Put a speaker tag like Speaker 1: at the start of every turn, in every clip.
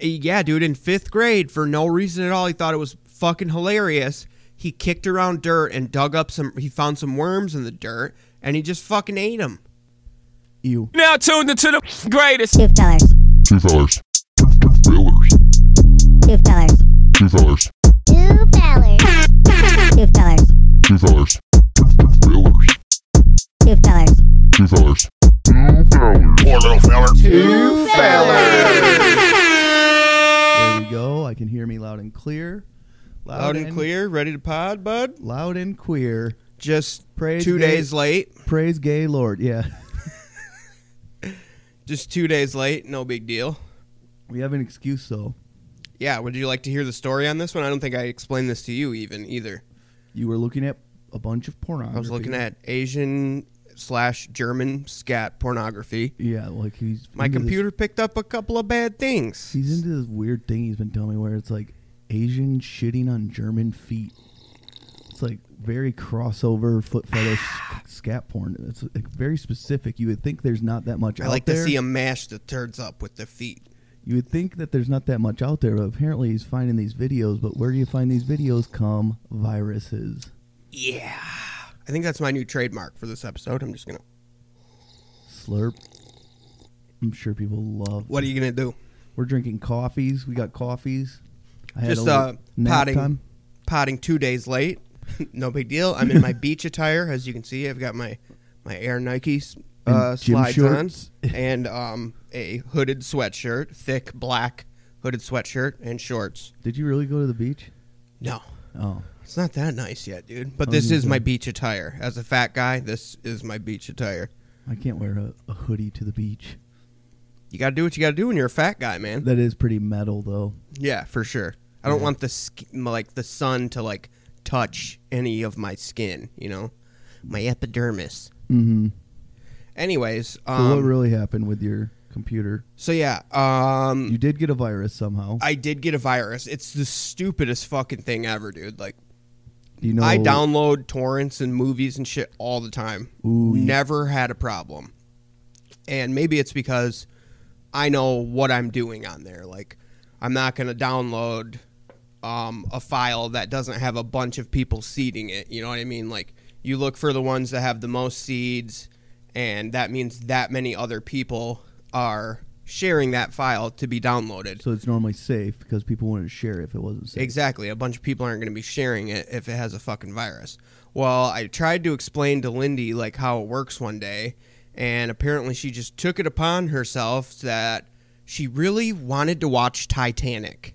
Speaker 1: yeah, dude, in fifth grade, for no reason at all, he thought it was fucking hilarious. He kicked around dirt and dug up some. He found some worms in the dirt, and he just fucking ate them.
Speaker 2: You.
Speaker 3: Now tuned into the greatest.
Speaker 4: Two fillers.
Speaker 5: Two fellers. Two, two fellers.
Speaker 4: Two fillers.
Speaker 5: Two fellers.
Speaker 4: Two fellers. Two fillers.
Speaker 5: Two fellers. Two, two fellers.
Speaker 4: Two fillers.
Speaker 5: Two fellers. Two fellers. Poor little feller.
Speaker 2: Two fellers. There we go. I can hear me loud and clear.
Speaker 1: Loud and clear, ready to pod, bud.
Speaker 2: Loud and queer.
Speaker 1: Just
Speaker 2: Praise
Speaker 1: two
Speaker 2: the-
Speaker 1: days late.
Speaker 2: Praise gay Lord. Yeah.
Speaker 1: Just two days late. No big deal.
Speaker 2: We have an excuse though.
Speaker 1: Yeah, would you like to hear the story on this one? I don't think I explained this to you even either.
Speaker 2: You were looking at a bunch of pornography.
Speaker 1: I was looking at Asian slash German scat pornography.
Speaker 2: Yeah, like he's
Speaker 1: My
Speaker 2: into this-
Speaker 1: computer picked up a couple of bad things.
Speaker 2: he's into this weird thing he's been telling me where it's like Asian shitting on German feet. It's like very crossover foot fetish scat porn. It's like very specific. You would think there's not that much
Speaker 1: I
Speaker 2: out
Speaker 1: like
Speaker 2: there.
Speaker 1: to see him mash the turds up with their feet.
Speaker 2: You would think that there's not that much out there, but apparently he's finding these videos. But where do you find these videos? Come viruses.
Speaker 1: Yeah. I think that's my new trademark for this episode. I'm just going to.
Speaker 2: Slurp. I'm sure people love.
Speaker 1: What are you going to do?
Speaker 2: We're drinking coffees. We got coffees. I
Speaker 1: Just
Speaker 2: little
Speaker 1: uh, potting, potting two days late. no big deal. I'm in my beach attire, as you can see. I've got my my Air Nikes uh,
Speaker 2: And gym
Speaker 1: slides
Speaker 2: shorts.
Speaker 1: on and um, a hooded sweatshirt, thick black hooded sweatshirt and shorts.
Speaker 2: Did you really go to the beach?
Speaker 1: No,
Speaker 2: Oh,
Speaker 1: it's not that nice yet, dude. But this is my beach attire. As a fat guy, this is my beach attire.
Speaker 2: I can't wear a, a hoodie to the beach.
Speaker 1: You gotta do what you gotta do when you're a fat guy, man.
Speaker 2: That is pretty metal, though.
Speaker 1: Yeah, for sure. I don't want the sk- m- like the sun to like touch any of my skin, you know, my epidermis.
Speaker 2: Mm-hmm.
Speaker 1: Anyways,
Speaker 2: So
Speaker 1: um, so,
Speaker 2: what really happened with your computer?
Speaker 1: yeah, um,
Speaker 2: You did get a virus somehow.
Speaker 1: I did get a virus. It's the stupidest fucking thing ever, dude. Like,
Speaker 2: Do you know,
Speaker 1: I download torrents and movies and shit all the time.
Speaker 2: Ooh, you-
Speaker 1: Never had a problem. And maybe it's because I know what I'm doing on there. Like, I'm not going to download um, a file that doesn't have a bunch of people seeding it. You know what I mean? Like, you look for the ones that have the most seeds, and that means that many other people are sharing that file to be downloaded.
Speaker 2: So it's normally safe because people wouldn't share if it wasn't safe.
Speaker 1: Exactly. A bunch of people aren't going to be sharing it if it has a fucking virus. Well, I tried to explain to Lindy like how it works one day, and apparently she just took it upon herself that she really wanted to watch Titanic,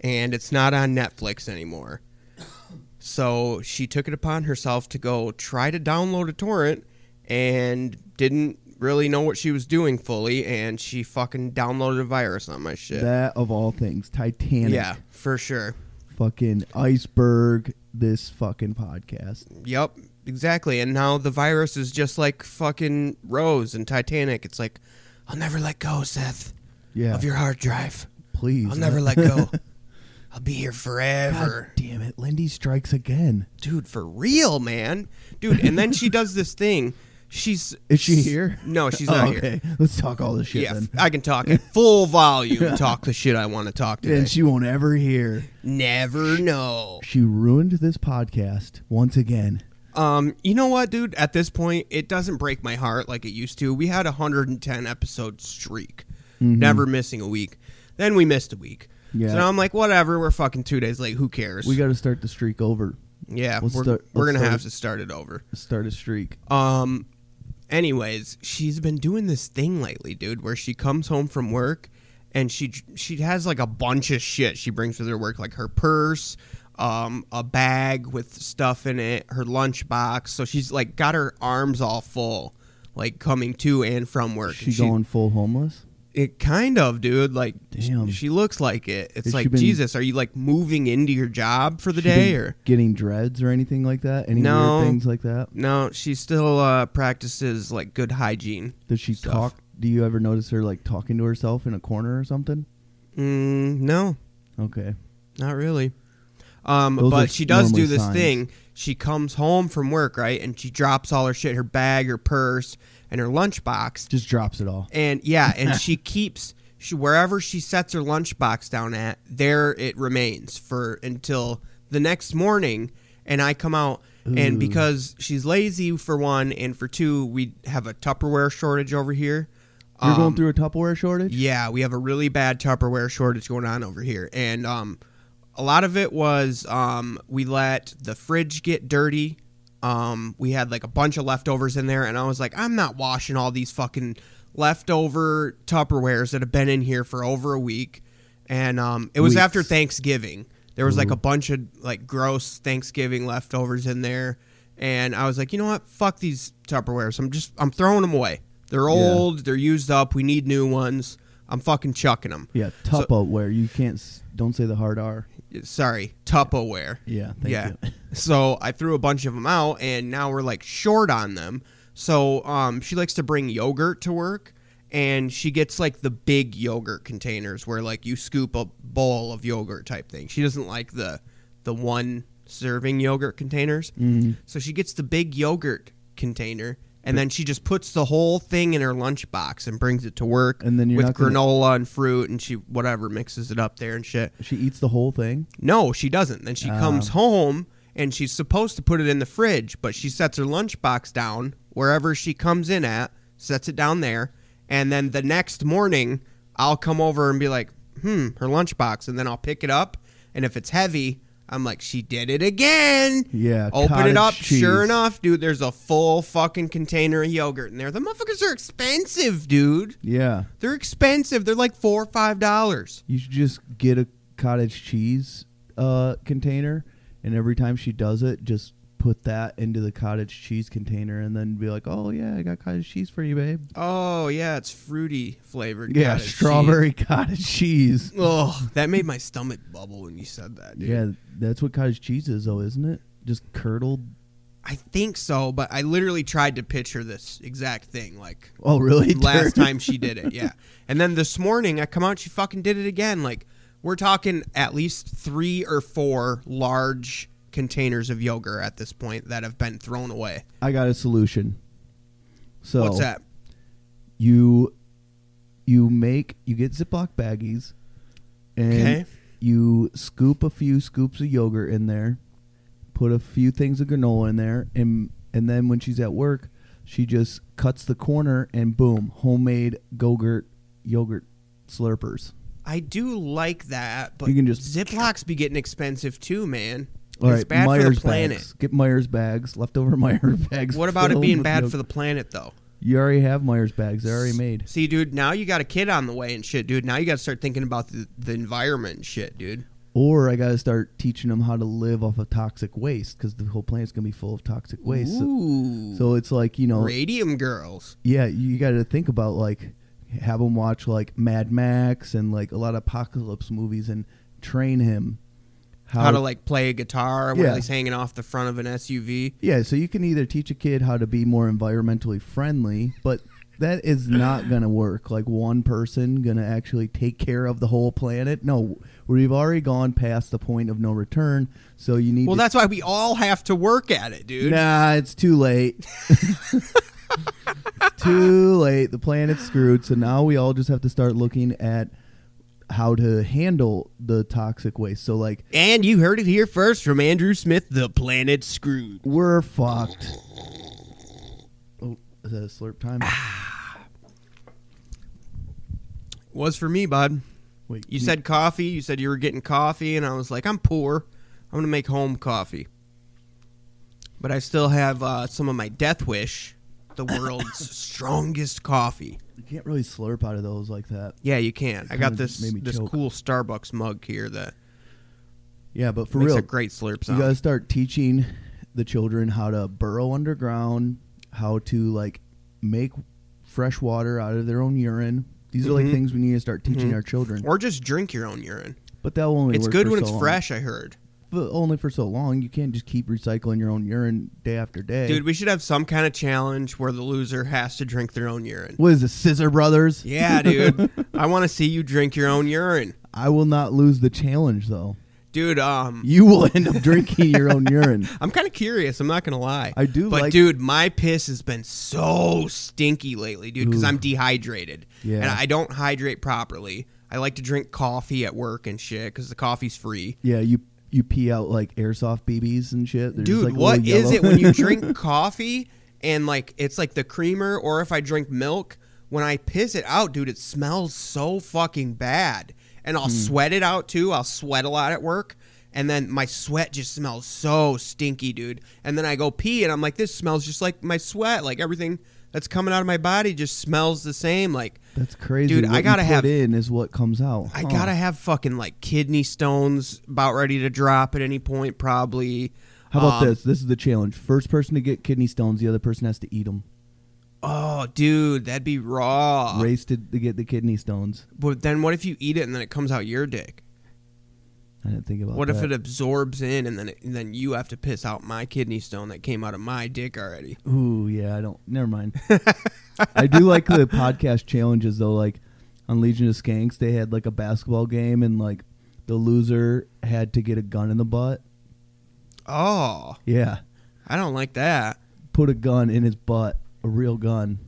Speaker 1: and it's not on Netflix anymore. So she took it upon herself to go try to download a torrent and didn't really know what she was doing fully, and she fucking downloaded a virus on my shit.
Speaker 2: That of all things, Titanic.
Speaker 1: yeah, for sure.
Speaker 2: Fucking iceberg. This fucking podcast.
Speaker 1: Yep, exactly. And now the virus is just like fucking Rose and Titanic. It's like, I'll never let go, Seth,
Speaker 2: Yeah.
Speaker 1: of your hard drive.
Speaker 2: please.
Speaker 1: I'll never let go. I'll be here forever.
Speaker 2: God damn it, Lindy strikes again.
Speaker 1: Dude, for real, man. Dude, and then she does this thing. She's.
Speaker 2: Is she here?
Speaker 1: No, she's
Speaker 2: Oh,
Speaker 1: not here.
Speaker 2: okay. Let's talk all this shit
Speaker 1: Yeah,
Speaker 2: then.
Speaker 1: f- I can talk at full volume. Talk the shit I want to talk today.
Speaker 2: and she won't ever hear.
Speaker 1: Never know.
Speaker 2: She ruined this podcast once again.
Speaker 1: Um, you know what, dude? At this point, it doesn't break my heart like it used to. We had a 110 episode streak, never missing a week. Then we missed a week.
Speaker 2: Mm-hmm. Yeah.
Speaker 1: So now I'm like, whatever. We're fucking two days late. Who cares?
Speaker 2: We got to start the streak over.
Speaker 1: yeah.
Speaker 2: let's
Speaker 1: we're
Speaker 2: start-
Speaker 1: we're gonna
Speaker 2: let's start
Speaker 1: have
Speaker 2: it.
Speaker 1: to start it over.
Speaker 2: Start a streak.
Speaker 1: Um, anyways, she's been doing this thing lately, dude, where she comes home from work and she she has like a bunch of shit she brings with her work, like her purse, um, a bag with stuff in it, her lunchbox. So she's like got her arms all full, like coming to and from work.
Speaker 2: She, going full homeless?
Speaker 1: It kind of, dude. Like,
Speaker 2: Damn.
Speaker 1: she looks like it. It's
Speaker 2: Has she
Speaker 1: like
Speaker 2: been-
Speaker 1: Jesus. Are you like moving into your job for the
Speaker 2: She
Speaker 1: day
Speaker 2: been
Speaker 1: or?
Speaker 2: getting dreads or anything like that? Any
Speaker 1: No.
Speaker 2: weird things like that?
Speaker 1: No, she still uh, practices like good hygiene.
Speaker 2: Does she
Speaker 1: Stuff.
Speaker 2: talk? Do you ever notice her like talking to herself in a corner or something?
Speaker 1: Mm, no,
Speaker 2: Okay.
Speaker 1: Not really. Um,
Speaker 2: Those are
Speaker 1: but she does
Speaker 2: normally
Speaker 1: do this
Speaker 2: signs.
Speaker 1: thing. She comes home from work, right, and she drops all her shit, her bag, her purse, and her lunchbox.
Speaker 2: Just drops it all.
Speaker 1: And yeah, and she keeps she wherever she sets her lunchbox down at, there it remains for until the next morning. And I come out, and because she's lazy for one, and for two, we have a Tupperware shortage over here.
Speaker 2: You're
Speaker 1: Um,
Speaker 2: going through a Tupperware shortage.
Speaker 1: Yeah, we have a really bad Tupperware shortage going on over here, and um, a lot of it was um, we let the fridge get dirty. Um, we had like a bunch of leftovers in there, and I was like, I'm not washing all these fucking leftover Tupperwares that have been in here for over a week. And um, it was
Speaker 2: Weeks.
Speaker 1: after Thanksgiving. There was like a bunch of like gross Thanksgiving leftovers in there, and I was like, you know what? Fuck these Tupperwares. I'm just I'm throwing them away. They're old. They're used up. We need new ones. I'm fucking chucking them.
Speaker 2: Yeah, Tupperware. you can't. s- Don't say the hard R.
Speaker 1: Sorry, Tupperware.
Speaker 2: Yeah, thank you.
Speaker 1: so I threw a bunch of them out, and now we're like short on them. So um, she likes to bring yogurt to work, and she gets like the big yogurt containers where like you scoop a bowl of yogurt type thing. She doesn't like the the one serving yogurt containers.
Speaker 2: Mm-hmm.
Speaker 1: So she gets the big yogurt container. And then she just puts the whole thing in her lunchbox and brings it to work
Speaker 2: And then you're
Speaker 1: with
Speaker 2: not gonna-
Speaker 1: granola and fruit and she whatever mixes it up there and shit.
Speaker 2: She eats the whole thing.
Speaker 1: No, she doesn't. Then she
Speaker 2: Oh.
Speaker 1: comes home and she's supposed to put it in the fridge, but she sets her lunchbox down wherever she comes in at, sets it down there, and then the next morning I'll come over and be like, "Hmm, her lunchbox," and then I'll pick it up, and if it's heavy, I'm like, "She did it again."
Speaker 2: Yeah,
Speaker 1: Open
Speaker 2: cottage
Speaker 1: it up.
Speaker 2: cheese.
Speaker 1: Sure enough, dude, there's a full fucking container of yogurt in there. The motherfuckers are expensive, dude.
Speaker 2: Yeah,
Speaker 1: They're expensive. They're like four or five dollars.
Speaker 2: you should just get a cottage cheese uh, container, and every time she does it, just put that into the cottage cheese container, and then be like, "Oh yeah, I got cottage cheese for you, babe."
Speaker 1: Oh yeah, it's fruity flavored.
Speaker 2: Yeah,
Speaker 1: cottage
Speaker 2: strawberry cottage cheese.
Speaker 1: cheese. Oh, that made my stomach bubble when you said that. Dude.
Speaker 2: Yeah, that's what cottage cheese is, though, isn't it? Just curdled.
Speaker 1: I think so, but I literally tried to picture this exact thing like
Speaker 2: Oh, really?
Speaker 1: last
Speaker 2: Turd?
Speaker 1: time she did it. Yeah, and then this morning I come out, she fucking did it again. Like we're talking at least three or four large containers of yogurt at this point that have been thrown away.
Speaker 2: I got a solution. So
Speaker 1: What's that?
Speaker 2: you you make you get Ziploc baggies, and
Speaker 1: Okay.
Speaker 2: you scoop a few scoops of yogurt in there, put a few things of granola in there, and and then when she's at work, she just cuts the corner and boom, homemade gogurt yogurt slurpers.
Speaker 1: I do like that, but
Speaker 2: You can just-
Speaker 1: Ziplocs be getting expensive too, man.
Speaker 2: All right,
Speaker 1: it's bad
Speaker 2: Myers
Speaker 1: for the planet.
Speaker 2: bags. Get Myers bags, leftover Myers bags.
Speaker 1: What about it
Speaker 2: filled
Speaker 1: being
Speaker 2: with
Speaker 1: bad
Speaker 2: yogurt.
Speaker 1: for the planet though?
Speaker 2: You already have Myers bags. They're already made.
Speaker 1: See, dude, now you got a kid on the way and shit, dude. Now you got to start thinking about the, the environment and shit, dude.
Speaker 2: Or I got to start teaching them how to live off of toxic waste because the whole planet's gonna be full of toxic waste. So,
Speaker 1: Ooh,
Speaker 2: so it's like you know,
Speaker 1: radium girls.
Speaker 2: yeah, you got to think about like have him watch like Mad Max and like a lot of apocalypse movies and train him
Speaker 1: How to like play a guitar while
Speaker 2: Uh, Yeah.
Speaker 1: he's hanging off the front of an SUV.
Speaker 2: Yeah, so you can either teach a kid how to be more environmentally friendly, but that is not going to work. Like one person going to actually take care of the whole planet? No, we've already gone past the point of no return. So you need
Speaker 1: Well,
Speaker 2: to
Speaker 1: that's why we all have to work at it, dude.
Speaker 2: Nah, it's too late. too late. The planet's screwed. So now we all just have to start looking at how to handle the toxic waste. So like
Speaker 1: And you heard it here first from Andrew Smith. The planet screwed.
Speaker 2: we're fucked. Oh, is that a slurp time?
Speaker 1: Ah. Was for me, bud.
Speaker 2: Wait,
Speaker 1: You
Speaker 2: can
Speaker 1: said coffee. You said you were getting coffee, and I was like, I'm poor. I'm gonna make home coffee. But I still have uh, some of my Death Wish, the world's strongest coffee.
Speaker 2: you can't really slurp out of those like that.
Speaker 1: Yeah, you can. I got
Speaker 2: kinda
Speaker 1: this
Speaker 2: just made me
Speaker 1: this
Speaker 2: choke.
Speaker 1: cool Starbucks mug here that
Speaker 2: Yeah, but for
Speaker 1: makes
Speaker 2: real,
Speaker 1: a great slurp
Speaker 2: you
Speaker 1: sound.
Speaker 2: gotta start teaching the children how to burrow underground, how to like make fresh water out of their own urine. These are
Speaker 1: Mm-hmm.
Speaker 2: like things we need to start teaching our children.
Speaker 1: or just drink your own urine.
Speaker 2: But that will only
Speaker 1: It's
Speaker 2: work
Speaker 1: good
Speaker 2: for
Speaker 1: when
Speaker 2: so
Speaker 1: it's
Speaker 2: long.
Speaker 1: fresh. I heard,
Speaker 2: but only for so long. You can't just keep recycling your own urine day after day.
Speaker 1: dude. We should have some kind of challenge where the loser has to drink their own urine.
Speaker 2: what is this, Scissor Brothers?
Speaker 1: Yeah, dude. I want to see you drink your own urine.
Speaker 2: I will not lose the challenge though.
Speaker 1: dude. Um,
Speaker 2: You will end up drinking your own urine.
Speaker 1: I'm kind of curious. I'm not gonna lie.
Speaker 2: I do
Speaker 1: but
Speaker 2: like-
Speaker 1: dude, my piss has been so stinky lately, dude, because I'm dehydrated.
Speaker 2: Yeah.
Speaker 1: and I don't hydrate properly. I like to drink coffee at work and shit because the coffee's free.
Speaker 2: Yeah, you you pee out like airsoft BBs and shit. They're just,
Speaker 1: Dude,
Speaker 2: like,
Speaker 1: what
Speaker 2: little
Speaker 1: is
Speaker 2: yellow.
Speaker 1: it when you drink coffee and like it's like the creamer, or if I drink milk, when I piss it out, dude, it smells so fucking bad. And
Speaker 2: Hmm.
Speaker 1: I'll sweat it out too. I'll sweat a lot at work. And then my sweat just smells so stinky, dude. And then I go pee and I'm like, this smells just like my sweat. Like everything that's coming out of my body just smells the same. Like,
Speaker 2: That's crazy.
Speaker 1: Dude,
Speaker 2: What
Speaker 1: I
Speaker 2: you
Speaker 1: gotta
Speaker 2: put
Speaker 1: have-
Speaker 2: in is what comes out.
Speaker 1: I
Speaker 2: Huh.
Speaker 1: gotta have fucking like kidney stones about ready to drop at any point, probably.
Speaker 2: How about
Speaker 1: Um,
Speaker 2: this? This is the challenge. First person to get kidney stones, the other person has to eat them.
Speaker 1: Oh, dude, that'd be raw.
Speaker 2: Race to, to get the kidney stones.
Speaker 1: But then what if you eat it and then it comes out your dick?
Speaker 2: I didn't think about
Speaker 1: What
Speaker 2: that.
Speaker 1: if it absorbs in and then it, and then you have to piss out my kidney stone that came out of my dick already?
Speaker 2: Ooh, yeah, I don't. Never mind. I do like the podcast challenges though. Like on Legion of Skanks, they had like a basketball game, and like the loser had to get a gun in the butt.
Speaker 1: Oh,
Speaker 2: Yeah,
Speaker 1: I don't like that.
Speaker 2: put a gun in his butt, a real gun.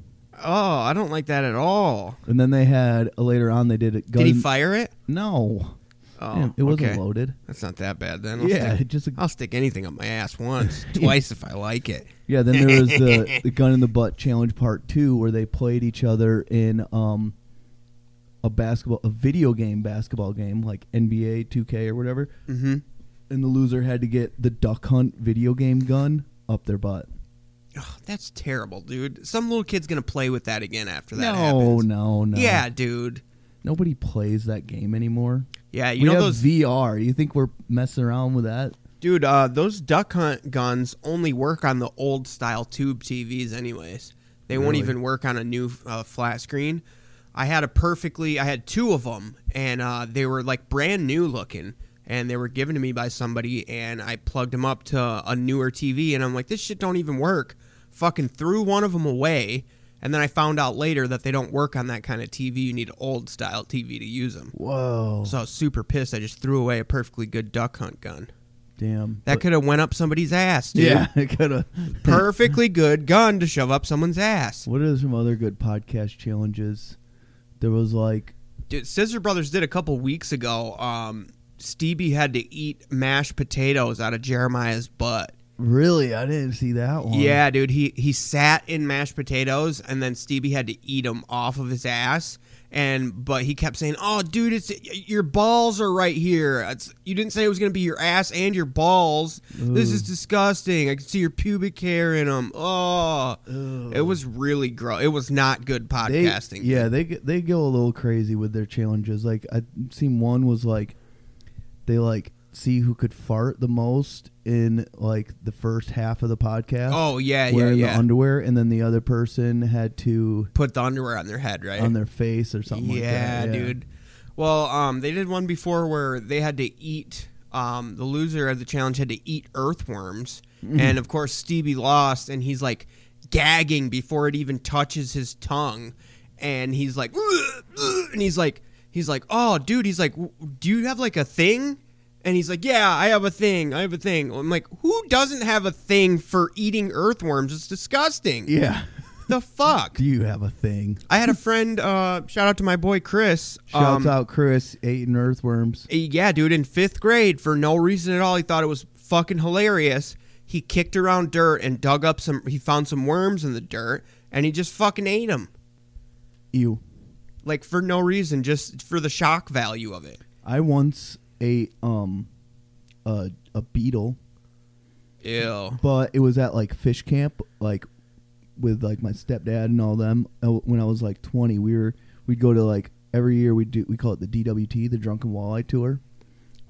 Speaker 1: Oh, I don't like that at all.
Speaker 2: And then they had later on they did a gun.
Speaker 1: Did he fire it?
Speaker 2: No,
Speaker 1: Oh,
Speaker 2: Damn, it wasn't
Speaker 1: okay.
Speaker 2: loaded.
Speaker 1: That's not that bad then. I'll
Speaker 2: yeah,
Speaker 1: stick,
Speaker 2: just a,
Speaker 1: I'll stick anything up my ass once, twice if I like it.
Speaker 2: yeah. Then there was the the gun in the butt challenge part two, where they played each other in um a basketball, a video game basketball game like NBA 2K or whatever.
Speaker 1: Mm-hmm.
Speaker 2: and the loser had to get the duck hunt video game gun up their butt.
Speaker 1: Oh, that's terrible, dude. Some little kid's gonna play with that again after that
Speaker 2: no,
Speaker 1: happens.
Speaker 2: no, no.
Speaker 1: Yeah, dude.
Speaker 2: nobody plays that game anymore.
Speaker 1: Yeah, you
Speaker 2: we
Speaker 1: know
Speaker 2: have
Speaker 1: those
Speaker 2: VR. You think we're messing around with that?
Speaker 1: Dude, uh, those duck hunt guns only work on the old style tube TVs, anyways. They won't
Speaker 2: Really?
Speaker 1: even work on a new uh, flat screen. I had a perfectly, I had two of them, and uh, they were like brand new looking, and they were given to me by somebody, and I plugged them up to a newer TV, and I'm like, this shit don't even work. Fucking threw one of them away, and then I found out later that they don't work on that kind of TV. You need old style TV to use them.
Speaker 2: Whoa,
Speaker 1: So I was super pissed. I just threw away a perfectly good duck hunt gun.
Speaker 2: damn.
Speaker 1: That
Speaker 2: But-
Speaker 1: could have went up somebody's ass, dude.
Speaker 2: yeah, it could have.
Speaker 1: Perfectly good gun to shove up someone's ass.
Speaker 2: What are some other good podcast challenges? There was like,
Speaker 1: Dude, Scissor Brothers did a couple weeks ago. Um, Stevie had to eat mashed potatoes out of Jeremiah's butt.
Speaker 2: really, I didn't see that one.
Speaker 1: Yeah, dude. He he sat in mashed potatoes, and then Stevie had to eat them off of his ass. And but he kept saying, "Oh, dude, it's your balls are right here. It's, you didn't say it was gonna be your ass and your balls. This is disgusting. I can see your pubic hair in them. Oh, it was really gross. It was not good
Speaker 2: they,
Speaker 1: podcasting.
Speaker 2: Yeah, they g- they go a little crazy with their challenges. Like I seen one was like they like see who could fart the most in like the first half of the podcast.
Speaker 1: Oh yeah, yeah,
Speaker 2: wearing
Speaker 1: yeah.
Speaker 2: the underwear, and then the other person had to
Speaker 1: Put the underwear on their head, right?
Speaker 2: on their face or something. like
Speaker 1: Eh, yeah,
Speaker 2: that.
Speaker 1: dude. Well, um, they did one before where they had to eat. Um, the loser of the challenge had to eat earthworms,
Speaker 2: Mm-hmm.
Speaker 1: and of course Stevie lost, and he's like gagging before it even touches his tongue, and he's like, "Ugh, ugh," and he's like, he's like, oh, dude, he's like, "W- do you have like a thing? And he's like, yeah, I have a thing, I have a thing. I'm like, who doesn't have a thing for eating earthworms? It's disgusting.
Speaker 2: Yeah.
Speaker 1: The fuck.
Speaker 2: Do you have a thing?
Speaker 1: I had a friend. Uh, shout out to my boy Chris.
Speaker 2: Shouts
Speaker 1: um,
Speaker 2: out Chris eating earthworms.
Speaker 1: Yeah, dude, in fifth grade, for no reason at all, he thought it was fucking hilarious. He kicked around dirt and dug up some. He found some worms in the dirt, and he just fucking ate them,
Speaker 2: Ew.
Speaker 1: like for no reason, just for the shock value of it.
Speaker 2: I once ate um a a beetle,
Speaker 1: Ew.
Speaker 2: but it was at like fish camp, like with like my stepdad and all them. Uh, When I was like twenty, we were we'd go to like every year we do we call it the DWT, the Drunken Walleye Tour,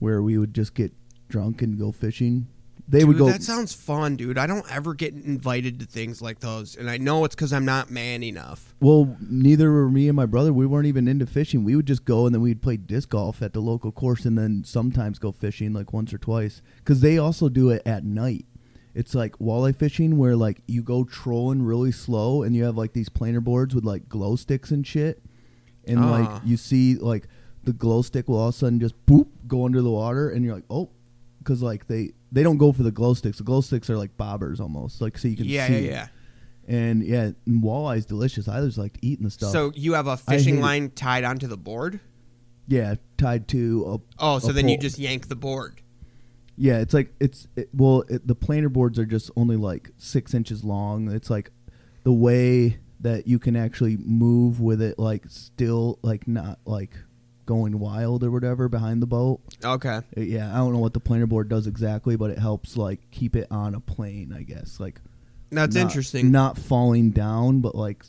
Speaker 2: where we would just get drunk and go fishing. They would
Speaker 1: Dude,
Speaker 2: go.
Speaker 1: that sounds fun, dude. I don't ever get invited to things like those, and I know it's because I'm not man enough.
Speaker 2: Well, neither were me and my brother. We weren't even into fishing. We would just go and then we'd play disc golf at the local course and then sometimes go fishing like once or twice cuz they also do it at night. It's like walleye fishing where like you go trolling really slow and you have like these planer boards with like glow sticks and shit and
Speaker 1: Ah.
Speaker 2: like you see like the glow stick will all of a sudden just boop go under the water, and you're like, oh, because like they they don't go for the glow sticks. The glow sticks are like bobbers almost, like so you can
Speaker 1: Yeah,
Speaker 2: see.
Speaker 1: yeah, yeah.
Speaker 2: And yeah, and walleye's delicious. I just liked eating the stuff.
Speaker 1: So you have a
Speaker 2: I hate
Speaker 1: fishing
Speaker 2: it.
Speaker 1: line tied onto the board.
Speaker 2: yeah, tied to a.
Speaker 1: Oh, so
Speaker 2: a
Speaker 1: then you
Speaker 2: pole.
Speaker 1: just yank the board.
Speaker 2: Yeah, it's like it's it, well, it, the planer boards are just only like six inches long. It's like the way that you can actually move with it, like still like not like going wild or whatever behind the boat.
Speaker 1: Okay.
Speaker 2: Uh, yeah, I don't know what the planer board does exactly, but it helps like keep it on a plane, I guess. Like
Speaker 1: That's
Speaker 2: not-
Speaker 1: interesting.
Speaker 2: Not falling down, but like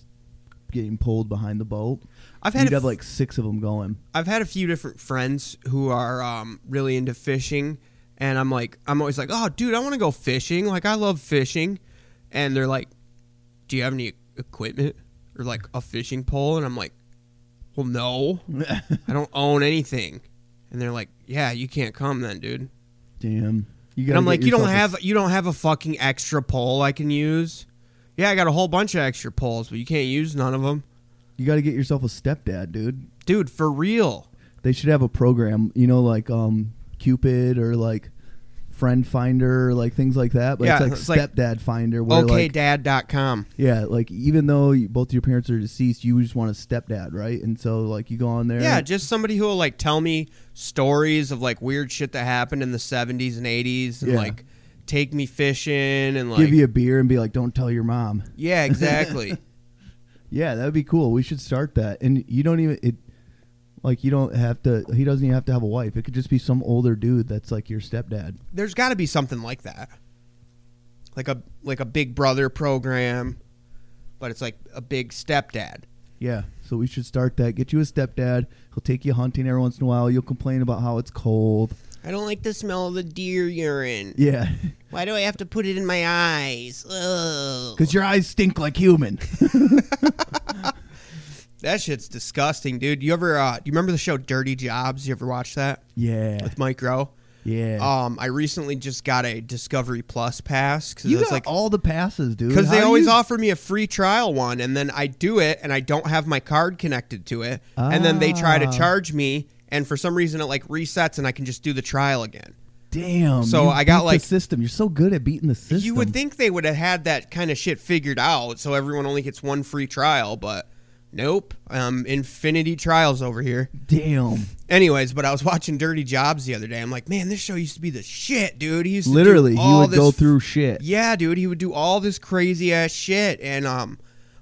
Speaker 2: getting pulled behind the boat.
Speaker 1: I've had
Speaker 2: You'd
Speaker 1: a
Speaker 2: have
Speaker 1: f-
Speaker 2: like six of them going.
Speaker 1: I've had a few different friends who are um, really into fishing, and I'm like, I'm always like, oh, dude, I want to go fishing. Like, I love fishing, and they're like, do you have any equipment or like a fishing pole? And I'm like, well, no, I don't own anything. And they're like, yeah, you can't come then, dude.
Speaker 2: Damn. You
Speaker 1: And
Speaker 2: gotta
Speaker 1: I'm
Speaker 2: get
Speaker 1: like, you don't
Speaker 2: yourself a-
Speaker 1: have you don't have a fucking extra pole I can use. Yeah, I got a whole bunch of extra poles, but you can't use none of them,
Speaker 2: you got to get yourself a stepdad, dude.
Speaker 1: dude. For real.
Speaker 2: They should have a program, you know, like um Cupid or like Friend Finder, or, like things like that. But
Speaker 1: Yeah,
Speaker 2: it's
Speaker 1: it's
Speaker 2: like
Speaker 1: like-
Speaker 2: stepdad finder. Where like,
Speaker 1: OKDad.com.
Speaker 2: yeah, like even though you, both your parents are deceased, you just want a stepdad, right? And so like you go on there.
Speaker 1: Yeah, just somebody who will like tell me stories of like weird shit that happened in the seventies and eighties, and
Speaker 2: Yeah.
Speaker 1: like take me fishing and like
Speaker 2: give you a beer and be like, "Don't tell your mom."
Speaker 1: yeah, exactly.
Speaker 2: Yeah, that would be cool. We should start that. And you don't even it like you don't have to. He doesn't even have to have a wife. It could just be some older dude that's like your stepdad.
Speaker 1: There's got to be something like that, like a like a Big Brother program, but it's like a big stepdad.
Speaker 2: Yeah, so we should start that. Get you a stepdad. He'll take you hunting every once in a while. You'll complain about how it's cold.
Speaker 1: I don't like the smell of the deer urine.
Speaker 2: Yeah,
Speaker 1: Why do I have to put it in my eyes? Ugh.
Speaker 2: because your eyes stink like human.
Speaker 1: That shit's disgusting, dude. You ever uh, do you remember the show Dirty Jobs? You ever watch that
Speaker 2: yeah,
Speaker 1: with Mike Rowe?
Speaker 2: yeah.
Speaker 1: Um, I recently just got a Discovery Plus pass because
Speaker 2: you
Speaker 1: it's
Speaker 2: got
Speaker 1: like
Speaker 2: all the passes, dude.
Speaker 1: because
Speaker 2: How
Speaker 1: they
Speaker 2: do
Speaker 1: always
Speaker 2: you-
Speaker 1: offer me a free trial one, and then I do it, and I don't have my card connected to it, and then they try to
Speaker 2: Ah.
Speaker 1: charge me, and for some reason it like resets, and I can just do the trial again.
Speaker 2: Damn.
Speaker 1: So
Speaker 2: you
Speaker 1: I got,
Speaker 2: beat the
Speaker 1: like-
Speaker 2: system. You're so good at beating the system.
Speaker 1: You would think they would have had that kind of shit figured out, so everyone only gets one free trial, but nope. Um, infinity trials over here.
Speaker 2: Damn.
Speaker 1: Anyways, but I was watching Dirty Jobs the other day. I'm like, man, this show used to be the shit, dude. He used to do
Speaker 2: Literally, he
Speaker 1: all
Speaker 2: would
Speaker 1: this
Speaker 2: go through shit.
Speaker 1: Yeah, dude, he would do all this crazy ass shit, and um,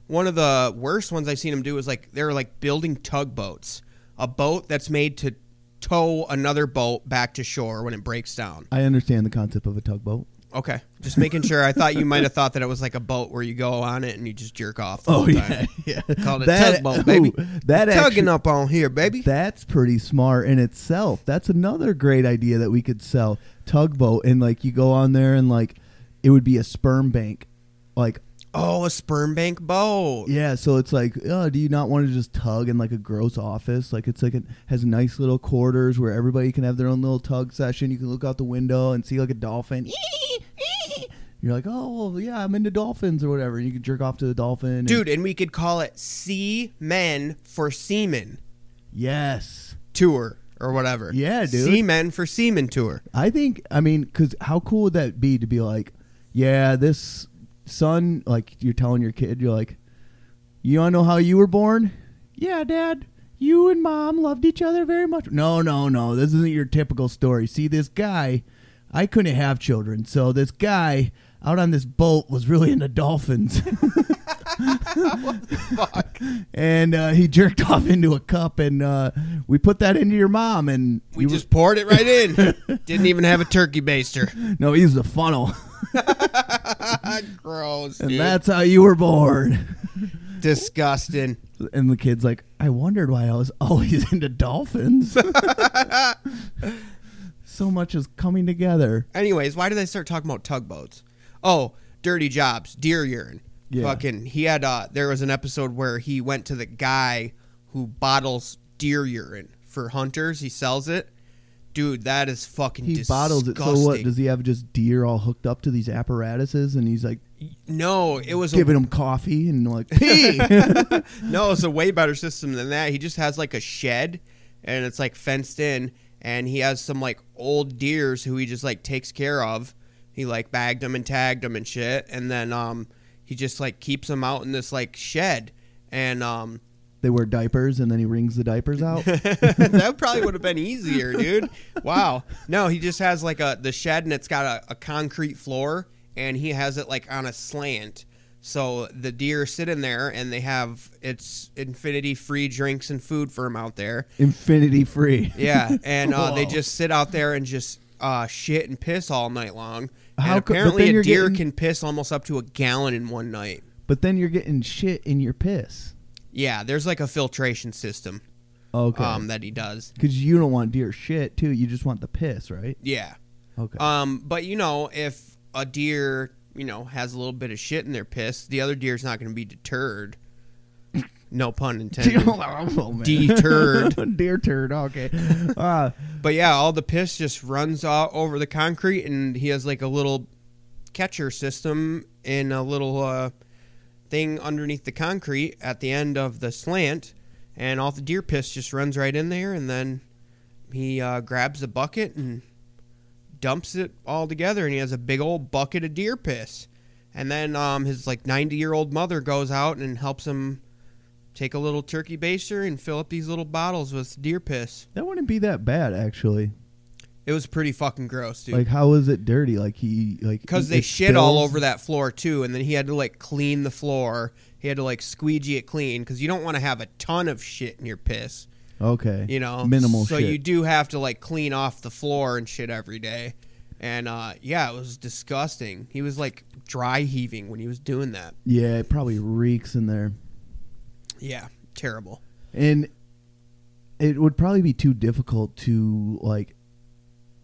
Speaker 1: one of the worst ones I've seen him do is like they're like building tugboats, a boat that's made to tow another boat back to shore when it breaks down.
Speaker 2: I understand the concept of a tugboat.
Speaker 1: Okay, just making sure. I thought you might have thought that it was like a boat where you go on it and you just jerk off. The whole time.
Speaker 2: Oh, yeah.
Speaker 1: Called it tugboat, baby.
Speaker 2: ooh, that
Speaker 1: tugging
Speaker 2: actually,
Speaker 1: up on here, baby.
Speaker 2: That's pretty smart in itself. That's another great idea that we could sell tugboat and like you go on there and like it would be a sperm bank. Like
Speaker 1: oh, a sperm bank boat.
Speaker 2: yeah, so it's like, oh, do you not want to just tug in like a gross office? Like it's like it has nice little quarters where everybody can have their own little tug session. You can look out the window and see like a dolphin. You're like, oh well, yeah, I'm into dolphins or whatever. You can jerk off to the dolphin, and-
Speaker 1: Dude, and we could call it Sea Men for Seamen
Speaker 2: Yes,
Speaker 1: Tour or whatever.
Speaker 2: Yeah, dude.
Speaker 1: Sea Men for Seamen Tour.
Speaker 2: I think I mean cuz how cool would that be to be like, yeah, this son like you're telling your kid you're like, you want to know how you were born? Yeah, dad. You and mom loved each other very much. No, no, no. This isn't your typical story. See this guy, I couldn't have children. So this guy out on this boat was really into dolphins. and uh, he jerked off into a cup, and uh, we put that into your mom, and
Speaker 1: We
Speaker 2: you-
Speaker 1: just poured it right in. Didn't even have a turkey baster.
Speaker 2: no, he was a funnel.
Speaker 1: Gross.
Speaker 2: And
Speaker 1: dude.
Speaker 2: that's how you were born.
Speaker 1: disgusting.
Speaker 2: And the kid's like, I wondered why I was always into dolphins. so much is coming together.
Speaker 1: Anyways, why did they start talking about tugboats? Oh, dirty jobs, deer urine.
Speaker 2: Yeah.
Speaker 1: Fucking he had uh there was an episode where he went to the guy who bottles deer urine for hunters. He sells it. Dude, that is fucking
Speaker 2: He
Speaker 1: disgusting.
Speaker 2: bottles it. So what? Does he have just deer all hooked up to these apparatuses? And he's like
Speaker 1: no, it was a
Speaker 2: giving them coffee and like pee.
Speaker 1: No, it's a way better system than that. He just has like a shed and it's like fenced in and he has some like old deers who he just like takes care of. He like bagged them and tagged them and shit and then um he just like keeps them out in this like shed and um
Speaker 2: They wear diapers and then he wrings the diapers out.
Speaker 1: that probably would have been easier, dude. Wow. No, he just has like a the shed and it's got a, a concrete floor and he has it like on a slant. So the deer sit in there and they have it's infinity free drinks and food for him out there.
Speaker 2: Infinity free.
Speaker 1: Yeah, and uh, they
Speaker 2: Whoa.
Speaker 1: just sit out there and just uh, shit and piss all night long.
Speaker 2: How
Speaker 1: and
Speaker 2: co- but
Speaker 1: apparently
Speaker 2: then
Speaker 1: a
Speaker 2: you're
Speaker 1: deer can
Speaker 2: getting-
Speaker 1: piss almost up to a gallon in one night.
Speaker 2: But then you're getting shit in your piss.
Speaker 1: Yeah, there's like a filtration system
Speaker 2: Okay.
Speaker 1: um, that he does.
Speaker 2: Because you don't want deer shit too. You just want the piss, right?
Speaker 1: Yeah.
Speaker 2: Okay.
Speaker 1: Um, but you know, if a deer, you know, has a little bit of shit in their piss, the other deer's not going to be deterred. No pun intended.
Speaker 2: Oh, man.
Speaker 1: deterred.
Speaker 2: deer turd. Okay. Uh,
Speaker 1: but yeah, all the piss just runs all over the concrete, and he has like a little catcher system and a little uh, thing underneath the concrete at the end of the slant, and all the deer piss just runs right in there, and then he uh, grabs a bucket and dumps it all together, and he has a big old bucket of deer piss. And then um, his like 90 year old mother goes out and helps him take a little turkey baster and fill up these little bottles with deer piss.
Speaker 2: that wouldn't be that bad actually.
Speaker 1: It was pretty fucking gross, dude.
Speaker 2: Like, how is it dirty? Like he like
Speaker 1: because
Speaker 2: it
Speaker 1: they shit all
Speaker 2: spills?
Speaker 1: over that floor too, and then he had to like clean the floor. He had to like squeegee it clean because you don't want to have a ton of shit in your piss,
Speaker 2: Okay.
Speaker 1: you know.
Speaker 2: minimal.
Speaker 1: So
Speaker 2: shit.
Speaker 1: you do have to like clean off the floor and shit every day. And uh, yeah, it was disgusting. He was like dry heaving when he was doing that.
Speaker 2: Yeah, it probably reeks in there.
Speaker 1: Yeah, terrible.
Speaker 2: And it would probably be too difficult to like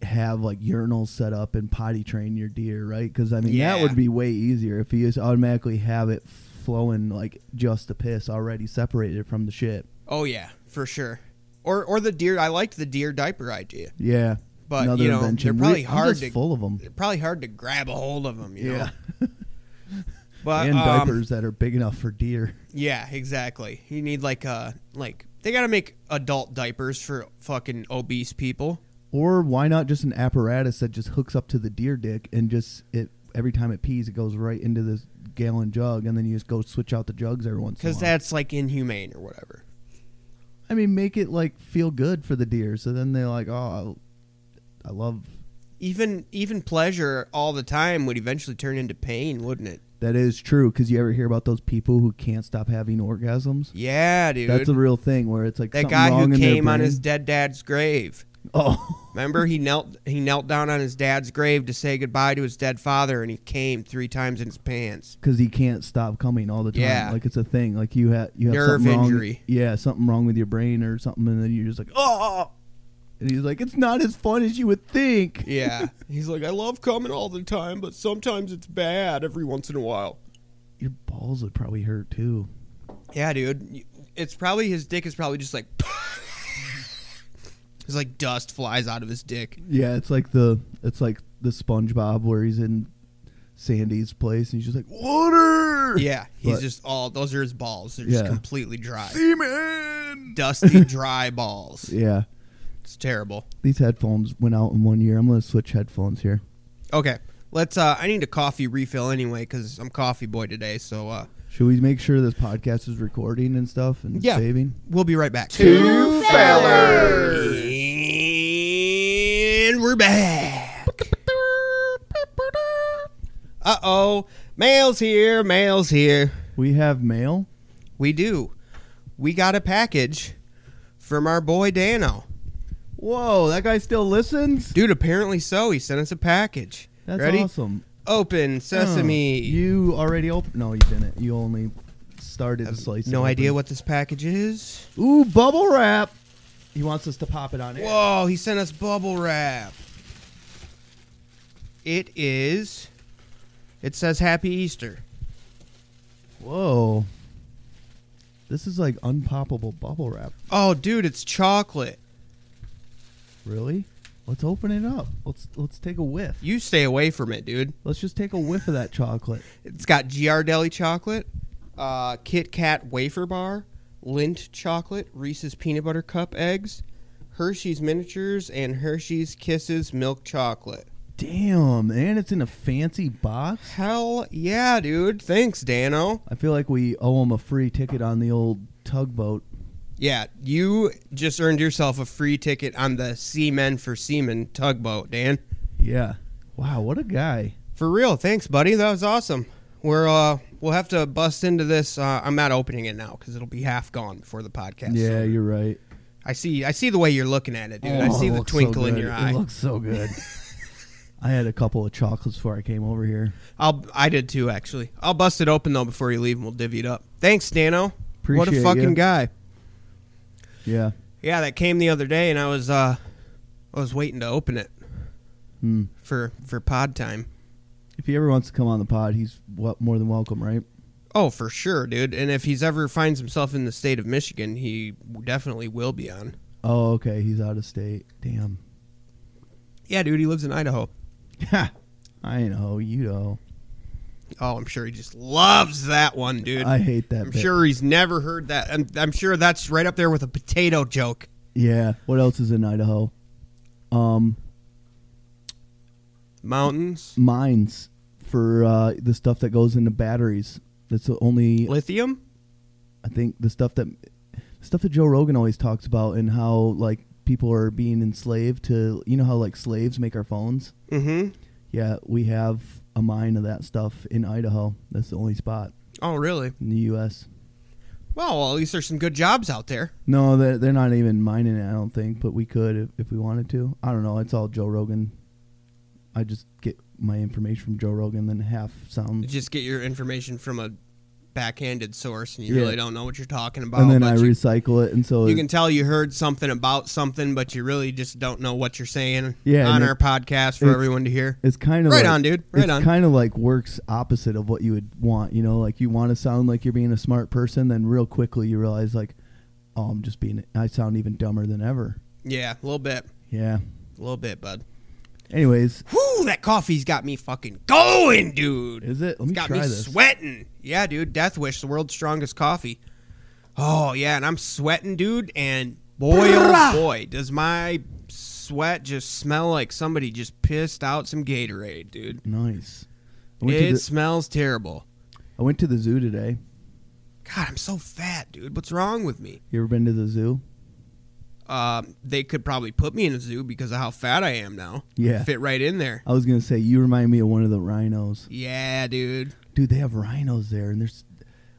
Speaker 2: have like urinals set up and potty train your deer, right? Because I mean
Speaker 1: Yeah.
Speaker 2: that would be way easier if you just automatically have it flowing like just the piss already separated from the shit.
Speaker 1: Oh yeah, for sure. Or or the deer. I liked the deer diaper idea.
Speaker 2: Yeah,
Speaker 1: But, you know, they're probably
Speaker 2: I'm
Speaker 1: hard
Speaker 2: just
Speaker 1: to-
Speaker 2: full of them.
Speaker 1: Probably hard to grab a hold of them. You know?
Speaker 2: Yeah,
Speaker 1: But
Speaker 2: and
Speaker 1: um,
Speaker 2: diapers that are big enough for deer.
Speaker 1: Yeah, exactly. You need like uh like they gotta make adult diapers for fucking obese people.
Speaker 2: Or why not just an apparatus that just hooks up to the deer dick and just it every time it pees, it goes right into this gallon jug, and then you just go switch out the jugs every once. in a
Speaker 1: Because
Speaker 2: while.
Speaker 1: that's like inhumane or whatever.
Speaker 2: I mean, make it like feel good for the deer, so then they're like, oh, I, I love.
Speaker 1: Even even pleasure all the time would eventually turn into pain, wouldn't it?
Speaker 2: That is true because you ever hear about those people who can't stop having orgasms?
Speaker 1: Yeah, dude.
Speaker 2: That's a real thing where it's like
Speaker 1: that
Speaker 2: something
Speaker 1: guy
Speaker 2: wrong
Speaker 1: who
Speaker 2: in their
Speaker 1: came on
Speaker 2: brain.
Speaker 1: his dead dad's grave.
Speaker 2: oh
Speaker 1: Remember he knelt he knelt down on his dad's grave to say goodbye to his dead father and he came three times in his pants.
Speaker 2: because he can't stop coming all the time.
Speaker 1: Yeah.
Speaker 2: like it's a thing. Like you have you have
Speaker 1: Nerve
Speaker 2: something wrong-
Speaker 1: injury.
Speaker 2: Yeah, something wrong with your brain or something, and then you're just like, oh. And he's like, it's not as fun as you would think.
Speaker 1: Yeah. He's like, I love coming all the time, but sometimes it's bad every once in a while.
Speaker 2: Your balls would probably hurt too.
Speaker 1: Yeah, dude. It's probably his dick is probably just like. it's like dust flies out of his dick.
Speaker 2: Yeah, it's like the it's like the SpongeBob where he's in Sandy's place and he's just like water.
Speaker 1: Yeah, he's
Speaker 2: But-
Speaker 1: just all. Those are his balls. They're just
Speaker 2: Yeah.
Speaker 1: completely dry,
Speaker 2: Semen.
Speaker 1: dusty, dry balls.
Speaker 2: Yeah,
Speaker 1: It's terrible.
Speaker 2: these headphones went out in one year. I'm gonna switch headphones here.
Speaker 1: Okay, let's. uh I need a coffee refill anyway because I'm coffee boy today. So uh
Speaker 2: Should we make sure this podcast is recording and stuff and
Speaker 1: Yeah.
Speaker 2: saving?
Speaker 1: we'll be right back. Two fellers, and we're back. Uh oh, mail's here. Mail's here.
Speaker 2: We have mail.
Speaker 1: We do. We got a package from our boy Dano.
Speaker 2: Whoa, that guy still listens.
Speaker 1: Dude, apparently so. He sent us a package.
Speaker 2: That's
Speaker 1: Ready?
Speaker 2: awesome.
Speaker 1: Open sesame.
Speaker 2: Oh, you already opened? No, you didn't. You only started slicing.
Speaker 1: no
Speaker 2: open.
Speaker 1: idea what this package is.
Speaker 2: Ooh, bubble wrap. He wants us to pop it on air.
Speaker 1: Whoa, he sent us bubble wrap. It is. It says Happy Easter.
Speaker 2: Whoa. This is like unpoppable bubble wrap.
Speaker 1: Oh, dude, it's chocolate.
Speaker 2: Really? Let's open it up. Let's let's take a whiff.
Speaker 1: You stay away from it, dude.
Speaker 2: Let's just take a whiff of that chocolate.
Speaker 1: It's got Giardelli chocolate, uh, Kit Kat wafer bar, Lindt chocolate, Reese's peanut butter cup eggs, Hershey's Miniatures, and Hershey's Kisses Milk Chocolate.
Speaker 2: Damn, and it's in a fancy box.
Speaker 1: Hell yeah, dude. Thanks, Dano.
Speaker 2: I feel like we owe him a free ticket on the old tugboat.
Speaker 1: Yeah, you just earned yourself a free ticket on the Seamen for Seamen tugboat, Dan.
Speaker 2: Yeah. Wow, what a guy.
Speaker 1: For real, thanks, buddy. That was awesome. We're uh, we'll have to bust into this. Uh, I'm not opening it now because it'll be half gone before the podcast.
Speaker 2: Yeah, you're right.
Speaker 1: I see. I see the way you're looking at it, dude. I
Speaker 2: Oh,
Speaker 1: see
Speaker 2: it
Speaker 1: the
Speaker 2: looks so
Speaker 1: twinkle in
Speaker 2: good.
Speaker 1: your eye.
Speaker 2: It looks so good. I had a couple of chocolates before I came over here.
Speaker 1: I'll. I did too, actually. I'll bust it open though before you leave, and we'll divvy it up. Thanks, Dano. what a
Speaker 2: Appreciate
Speaker 1: fucking
Speaker 2: ya.
Speaker 1: guy.
Speaker 2: Yeah.
Speaker 1: Yeah, that came the other day, and I was uh, I was waiting to open it
Speaker 2: Hmm.
Speaker 1: for for pod time.
Speaker 2: If he ever wants to come on the pod, he's what more than welcome, right?
Speaker 1: Oh, for sure, dude. And if he's ever finds himself in the state of Michigan, he definitely will be on.
Speaker 2: Oh, okay. He's out of state. Damn.
Speaker 1: Yeah, dude. He lives in Idaho.
Speaker 2: Ha! I know. You know.
Speaker 1: Oh, I'm sure he just loves that one, dude.
Speaker 2: I hate that.
Speaker 1: I'm
Speaker 2: bit.
Speaker 1: sure he's never heard that. I'm, I'm sure that's right up there with a potato joke.
Speaker 2: Yeah. What else is in Idaho? Um,
Speaker 1: Mountains,
Speaker 2: mines for uh, the stuff that goes into batteries. That's the only
Speaker 1: lithium.
Speaker 2: I think the stuff that stuff that Joe Rogan always talks about and how like people are being enslaved to you know how like slaves make our phones.
Speaker 1: Mm-hmm.
Speaker 2: Yeah, we have a mine of that stuff in Idaho. That's the only spot
Speaker 1: Oh, really?
Speaker 2: in the U.S.
Speaker 1: Well, well, at least there's some good jobs out there.
Speaker 2: No, they're, they're not even mining it. I don't think, but we could if, if we wanted to. I don't know. It's all Joe Rogan. I just get my information from Joe Rogan, then half
Speaker 1: You
Speaker 2: some,
Speaker 1: just get your information from a backhanded source, and you
Speaker 2: Yeah.
Speaker 1: really don't know what you're talking about.
Speaker 2: and then
Speaker 1: but
Speaker 2: I
Speaker 1: you,
Speaker 2: recycle it. And so
Speaker 1: you
Speaker 2: it-
Speaker 1: can tell you heard something about something, but you really just don't know what you're saying
Speaker 2: Yeah,
Speaker 1: on
Speaker 2: and
Speaker 1: our
Speaker 2: it-
Speaker 1: podcast for
Speaker 2: it's-
Speaker 1: everyone to hear.
Speaker 2: It's kind of
Speaker 1: Right
Speaker 2: like-
Speaker 1: on, dude. Right
Speaker 2: it's
Speaker 1: on.
Speaker 2: Kind of like works opposite of what you would want. You know, like you want to sound like you're being a smart person, then real quickly you realize like, oh, I'm just being. I sound even dumber than ever.
Speaker 1: Yeah, a little bit.
Speaker 2: Yeah.
Speaker 1: A little bit, bud.
Speaker 2: Anyways,
Speaker 1: Whew, that coffee's got me fucking going, dude.
Speaker 2: is it? Let
Speaker 1: It's
Speaker 2: me
Speaker 1: got
Speaker 2: try
Speaker 1: me
Speaker 2: this.
Speaker 1: sweating. Yeah, dude. Death Wish, the world's strongest coffee. Oh yeah, and I'm sweating, dude. And boy, oh boy, does my sweat just smell like somebody just pissed out some Gatorade, dude.
Speaker 2: Nice. I went,
Speaker 1: It
Speaker 2: to the,
Speaker 1: smells terrible.
Speaker 2: I went to the zoo today.
Speaker 1: God, I'm so fat, dude. What's wrong with me?
Speaker 2: You ever been to the zoo?
Speaker 1: Um, they could probably put me in a zoo because of how fat I am now.
Speaker 2: Yeah.
Speaker 1: fit right in there.
Speaker 2: I was gonna say you remind me of one of the rhinos.
Speaker 1: Yeah, dude.
Speaker 2: Dude, they have rhinos there, and there's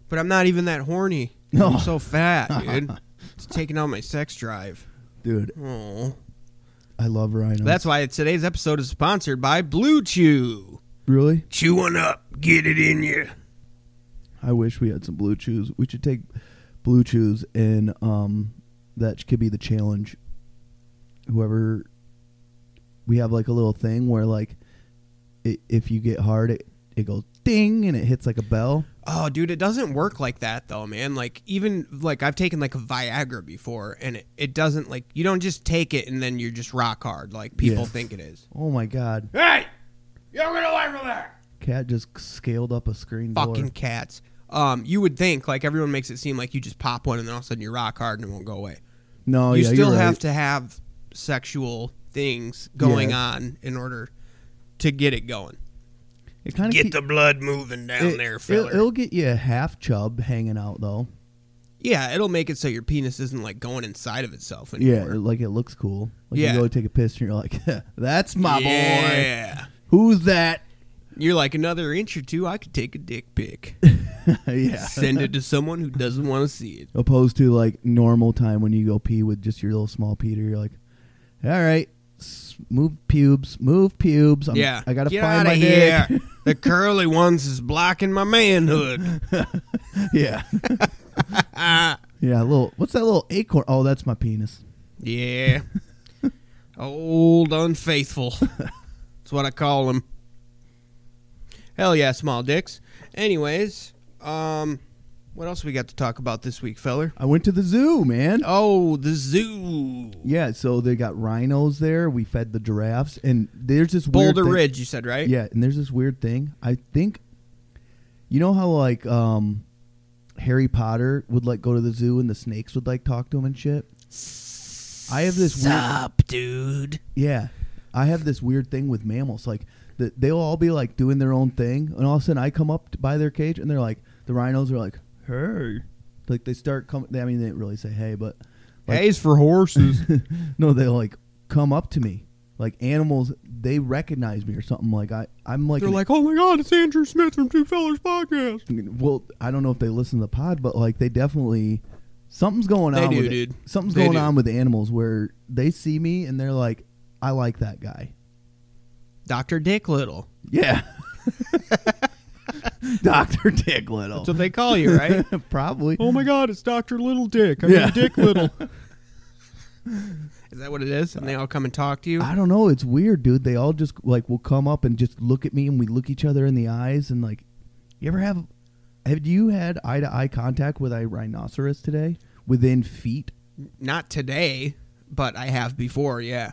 Speaker 1: But I'm not even that horny.
Speaker 2: No.
Speaker 1: I'm so fat, dude. it's taking out my sex drive.
Speaker 2: dude.
Speaker 1: Oh.
Speaker 2: I love rhinos.
Speaker 1: That's why today's episode is sponsored by Blue Chew.
Speaker 2: really.
Speaker 1: Chew one up, get it in you.
Speaker 2: I wish we had some blue chews. We should take blue chews, and um, that could be the challenge. Whoever we have like a little thing where like i if you get hard, it it goes ding and it hits like a bell.
Speaker 1: Oh, dude, it doesn't work like that though, man. Like even like I've taken like a Viagra before, and it, it doesn't like you don't just take it and then you're just rock hard like people
Speaker 2: Yeah.
Speaker 1: think it is.
Speaker 2: Oh my god!
Speaker 1: Hey, you don't get away from there.
Speaker 2: Cat just scaled up a screen door.
Speaker 1: Fucking cats. Um, you would think like everyone makes it seem like you just pop one and then all of a sudden you're rock hard and it won't go away. you
Speaker 2: No, Oh, yeah,
Speaker 1: still
Speaker 2: you're
Speaker 1: have
Speaker 2: right.
Speaker 1: to have sexual things going
Speaker 2: Yeah.
Speaker 1: on in order to get it going.
Speaker 2: It kind of
Speaker 1: Get the blood moving down there,
Speaker 2: It'll,
Speaker 1: fella.
Speaker 2: it'll get you a half chub hanging out though.
Speaker 1: yeah, it'll make it so your penis isn't like going inside of itself
Speaker 2: Yeah,
Speaker 1: anymore.
Speaker 2: like it looks cool. Like
Speaker 1: Yeah.
Speaker 2: you go take a piss and you're like, "That's my boy.
Speaker 1: yeah.
Speaker 2: Who's that?"
Speaker 1: You're like another inch or two. I could take a dick pic,
Speaker 2: yeah.
Speaker 1: send it to someone who doesn't want to see it.
Speaker 2: opposed to like normal time when you go pee with just your little small peter you're like all right s- move pubes move pubes I'm,
Speaker 1: yeah,
Speaker 2: Um, i gotta
Speaker 1: Get
Speaker 2: find
Speaker 1: outta
Speaker 2: my
Speaker 1: here.
Speaker 2: dick
Speaker 1: the curly ones is blocking my manhood.
Speaker 2: yeah yeah a little what's that little acorn oh that's my penis
Speaker 1: Yeah, old unfaithful. That's what I call him. Hell yeah, small dicks. Anyways, um, what else we got to talk about this week, feller?
Speaker 2: i went to the zoo man
Speaker 1: Oh, the zoo.
Speaker 2: yeah so they got rhinos there we fed the giraffes and there's this weird
Speaker 1: Boulder
Speaker 2: thing-
Speaker 1: Ridge, you said, right?
Speaker 2: yeah and there's this weird thing i think you know how like um harry potter would like go to the zoo and the snakes would like talk to him and shit I have this weird,
Speaker 6: Sup, dude?
Speaker 2: yeah, I have this weird thing with mammals. Like the, they'll all be like doing their own thing, and all of a sudden I come up t- by their cage, and they're like, the rhinos are like, hey, like they start coming. I mean, they didn't really say hey, but like,
Speaker 1: A's for horses.
Speaker 2: no, they like come up to me. Like animals, they recognize me or something. Like I, I'm like
Speaker 1: They're
Speaker 2: an-
Speaker 1: like, oh my god, it's Andrew Smith from Two Fellas Podcast.
Speaker 2: well, I don't know if they listen to the pod, but like they definitely something's going
Speaker 1: They
Speaker 2: on.
Speaker 1: do,
Speaker 2: with it.
Speaker 1: dude.
Speaker 2: Something's
Speaker 1: They
Speaker 2: going
Speaker 1: do.
Speaker 2: on with the animals where they see me and they're like, "I like that guy."
Speaker 1: Doctor Dick Little.
Speaker 2: Yeah. Doctor Dick Little.
Speaker 1: That's what they call you, right?
Speaker 2: Probably.
Speaker 1: oh my god, it's Doctor Little Dick. I
Speaker 2: Yeah.
Speaker 1: mean Dick Little. is that what it is? And they all come and talk to you.
Speaker 2: I don't know. It's weird, dude. They all just like will come up and just look at me, and we look each other in the eyes, and like, you ever have? Have you had eye to eye contact with a rhinoceros today? Within feet,
Speaker 1: Not today, but I have before. Yeah.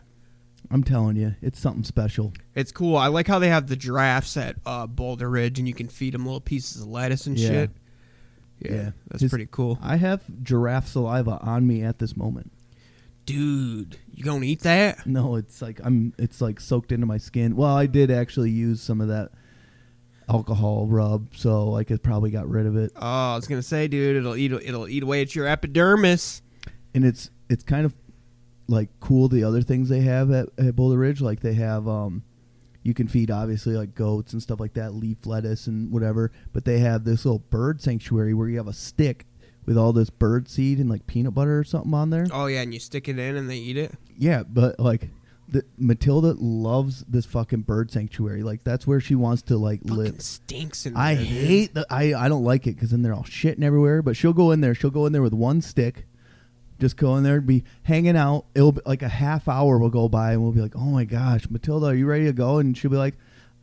Speaker 2: I'm telling you, it's something special.
Speaker 1: It's cool. I like how they have the giraffes at uh, Boulder Ridge, and you can feed them little pieces of lettuce and
Speaker 2: Yeah.
Speaker 1: shit. Yeah, that's
Speaker 2: His-
Speaker 1: pretty cool,
Speaker 2: I have giraffe saliva on me at this moment.
Speaker 1: dude. You gonna eat that?
Speaker 2: No, it's like I'm. It's like soaked into my skin. Well, I did actually use some of that alcohol rub, so like it probably got rid of it.
Speaker 1: Oh, I was gonna say, dude, it'll eat it'll eat away at your epidermis.
Speaker 2: And it's it's kind of like cool the other things they have at, at Boulder Ridge. Like they have um, you can feed obviously like goats and stuff like that, leaf lettuce and whatever. But they have this little bird sanctuary where you have a stick with all this bird seed and like peanut butter or something on there.
Speaker 1: Oh yeah, and you stick it in and they eat it.
Speaker 2: Yeah, but like the, Matilda loves this fucking bird sanctuary. Like that's where she wants to like
Speaker 1: Fucking
Speaker 2: live.
Speaker 1: stinks in there.
Speaker 2: I
Speaker 1: dude.
Speaker 2: hate the I I don't like it because then they're all shitting everywhere. But she'll go in there. She'll go in there with one stick. Just go in there, be hanging out. It'll be like a half hour will go by, and we'll be like, "Oh my gosh, Matilda, are you ready to go?" And she'll be like,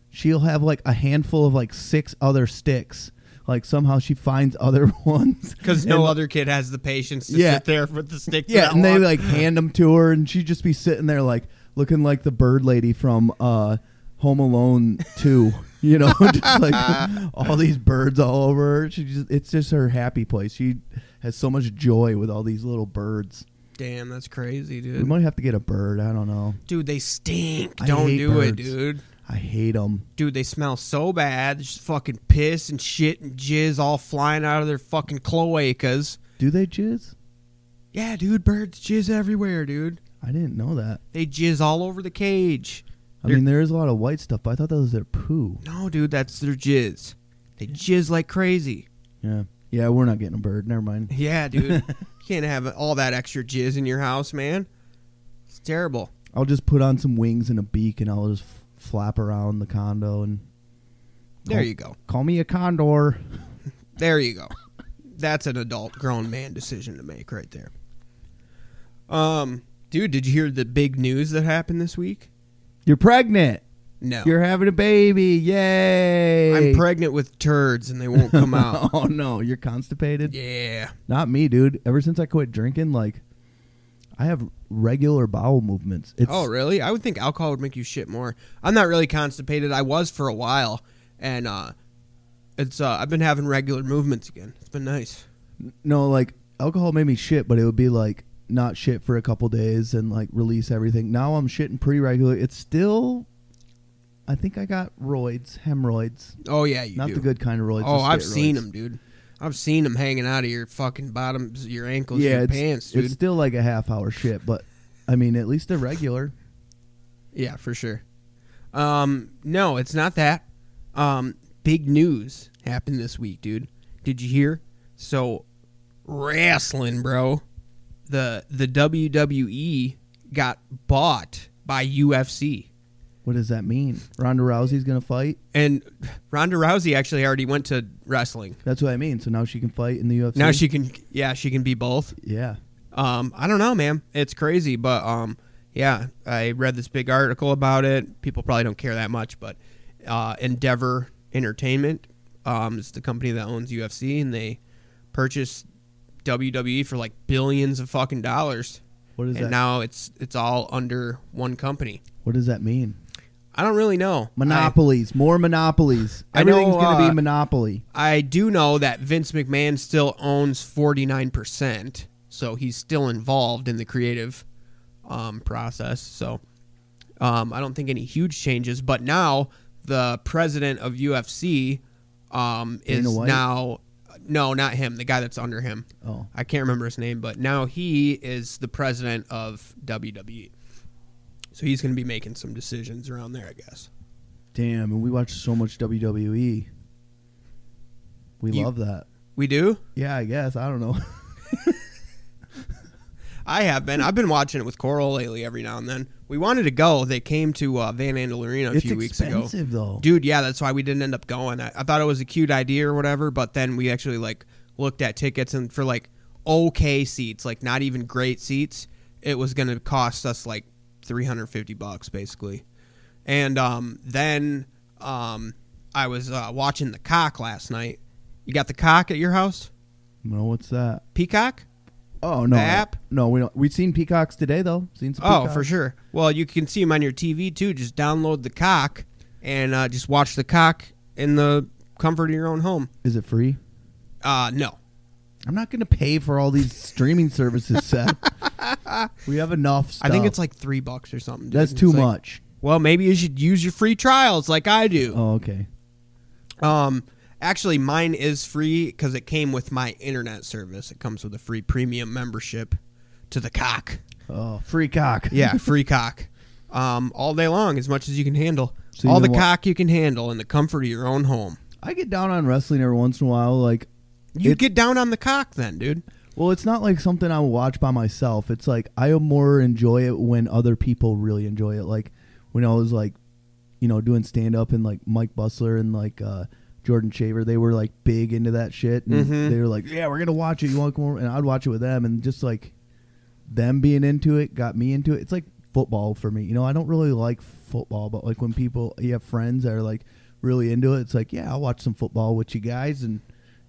Speaker 2: she'll have like a handful of like six other sticks. Like somehow she finds other ones
Speaker 1: Cause no
Speaker 2: And-
Speaker 1: other kid has the patience to
Speaker 2: Yeah.
Speaker 1: sit there with the stick. for
Speaker 2: yeah,
Speaker 1: that
Speaker 2: and they
Speaker 1: long.
Speaker 2: like hand them to her, and she'd just be sitting there like looking like the bird lady from uh, Home Alone Two. You know, just like all these birds all over. her. She just it's just her happy place. She has so much joy with all these little birds.
Speaker 1: damn, that's crazy,
Speaker 2: We
Speaker 1: dude.
Speaker 2: might have to get a bird. I don't know.
Speaker 1: Dude, they stink.
Speaker 2: I
Speaker 1: Don't
Speaker 2: hate
Speaker 1: do it,
Speaker 2: birds.
Speaker 1: dude.
Speaker 2: I hate them.
Speaker 1: Dude, they smell so bad. There's just fucking piss and shit and jizz all flying out of their fucking cloacas.
Speaker 2: Do they jizz?
Speaker 1: Yeah, dude, birds jizz everywhere, dude.
Speaker 2: I didn't know that.
Speaker 1: They jizz all over the cage.
Speaker 2: I
Speaker 1: They're-
Speaker 2: mean, there is a lot of white stuff, but I thought that was their poo.
Speaker 1: No, dude, that's their jizz. They jizz like crazy.
Speaker 2: Yeah. Yeah, we're not getting a bird. Never mind.
Speaker 1: Yeah, dude. you can't have all that extra jizz in your house, man. It's terrible.
Speaker 2: I'll just put on some wings and a beak, and I'll just f- flap around the condo and
Speaker 1: There
Speaker 2: Oh.
Speaker 1: you go.
Speaker 2: Call me a condor.
Speaker 1: There you go. That's an adult grown man decision to make right there. Um, dude, did you hear the big news that happened this week?
Speaker 2: You're pregnant.
Speaker 1: No.
Speaker 2: You're having a baby. Yay.
Speaker 1: I'm pregnant with turds and they won't come out.
Speaker 2: oh no, you're constipated?
Speaker 1: yeah.
Speaker 2: Not me, dude. Ever since I quit drinking, like I have regular bowel movements. It's
Speaker 1: Oh, really? I would think alcohol would make you shit more. I'm not really constipated. I was for a while and uh it's uh I've been having regular movements again. It's been nice.
Speaker 2: no, like alcohol made me shit, but it would be like not shit for a couple days and like release everything. Now I'm shitting pretty regularly. It's still I think I got roids, hemorrhoids.
Speaker 1: Oh yeah, you
Speaker 2: not
Speaker 1: do.
Speaker 2: the good kind of roids.
Speaker 1: Oh,
Speaker 2: the
Speaker 1: I've
Speaker 2: steroids.
Speaker 1: seen them, dude. I've seen them hanging out of your fucking bottoms, your ankles, your
Speaker 2: it's,
Speaker 1: pants, dude.
Speaker 2: it's still like a half hour shit, but I mean, at least they're regular.
Speaker 1: Yeah, for sure. Um, no, it's not that. Um, big news happened this week, dude. Did you hear? So, wrestling, bro. The the WWE got bought by UFC,
Speaker 2: What does that mean? Ronda Rousey's gonna fight.
Speaker 1: and Ronda Rousey actually already went to wrestling.
Speaker 2: That's what I mean. So now she can fight in the UFC.
Speaker 1: Now she can, yeah, she can be both.
Speaker 2: yeah.
Speaker 1: Um, I don't know, man. It's crazy, but um, yeah, I read this big article about it. People probably don't care that much, but uh, Endeavor Entertainment um, is the company that owns UFC, and they purchased WWE for like billions of fucking dollars,
Speaker 2: What is
Speaker 1: and
Speaker 2: that?
Speaker 1: now it's it's all under one company.
Speaker 2: what does that mean?
Speaker 1: I don't really know. I-
Speaker 2: Monopolies. more monopolies.
Speaker 1: I know,
Speaker 2: Everything's gonna
Speaker 1: uh,
Speaker 2: be monopoly.
Speaker 1: I do know that Vince McMahon still owns 49%, so he's still involved in the creative um, process. So um, I don't think any huge changes. But now the president of UFC um, is
Speaker 2: Dana White?
Speaker 1: now no, not him. The guy that's under him.
Speaker 2: Oh.
Speaker 1: I can't remember his name, but now he is the president of WWE. So he's going to be making some decisions around there, I guess.
Speaker 2: Damn, and we watch so much WWE. We
Speaker 1: You-
Speaker 2: love that.
Speaker 1: We do.
Speaker 2: Yeah, I guess. I don't know.
Speaker 1: I have been. I've been watching it with Coral lately every now and then. We wanted to go. They came to uh, Van Andel Arena a
Speaker 2: it's
Speaker 1: few weeks ago.
Speaker 2: expensive though.
Speaker 1: Dude, yeah, that's why we didn't end up going. I, I thought it was a cute idea or whatever, but then we actually like looked at tickets and for like okay seats, like not even great seats, it was going to cost us like 350 bucks basically. And um then um I was uh, watching the cock last night. You got the cock at your house?
Speaker 2: No, what's that?
Speaker 1: Peacock?
Speaker 2: Oh no,
Speaker 1: The app?
Speaker 2: No, we don't. We've seen peacocks today though. Seen some.
Speaker 1: Oh,
Speaker 2: peacocks.
Speaker 1: for sure. Well, you can see them on your TV too. Just download the cock and uh, just watch the cock in the comfort of your own home.
Speaker 2: Is it free?
Speaker 1: Uh, no.
Speaker 2: I'm not going to pay for all these streaming services. Seth. we have enough. Stuff.
Speaker 1: I think it's like three bucks or something. dude.
Speaker 2: that's
Speaker 1: It's
Speaker 2: too
Speaker 1: like-
Speaker 2: much.
Speaker 1: Well, maybe you should use your free trials like I do.
Speaker 2: Oh, okay. Oh.
Speaker 1: Um, actually, mine is free because it came with my internet service. It comes with a free premium membership to the cock.
Speaker 2: Oh, free cock.
Speaker 1: Yeah, free cock. Um, all day long, as much as you can handle.
Speaker 2: So you
Speaker 1: all
Speaker 2: know
Speaker 1: the
Speaker 2: what-
Speaker 1: cock you can handle in the comfort of your own home.
Speaker 2: I get down on wrestling every once in a while. Like,
Speaker 1: You
Speaker 2: It-
Speaker 1: get down on the cock, then, dude.
Speaker 2: well, it's not like something I watch by myself. It's like I more enjoy it when other people really enjoy it. Like when I was like, you know, doing stand up and like Mike Bustler and like uh, Jordan Shaver, they were like big into that shit. And They were like, yeah, we're gonna watch it. You want to come over? And I'd watch it with them. And just like them being into it got me into it. It's like football for me. You know, I don't really like football, but like when people you have friends that are like really into it, it's like, yeah, I'll watch some football with you guys and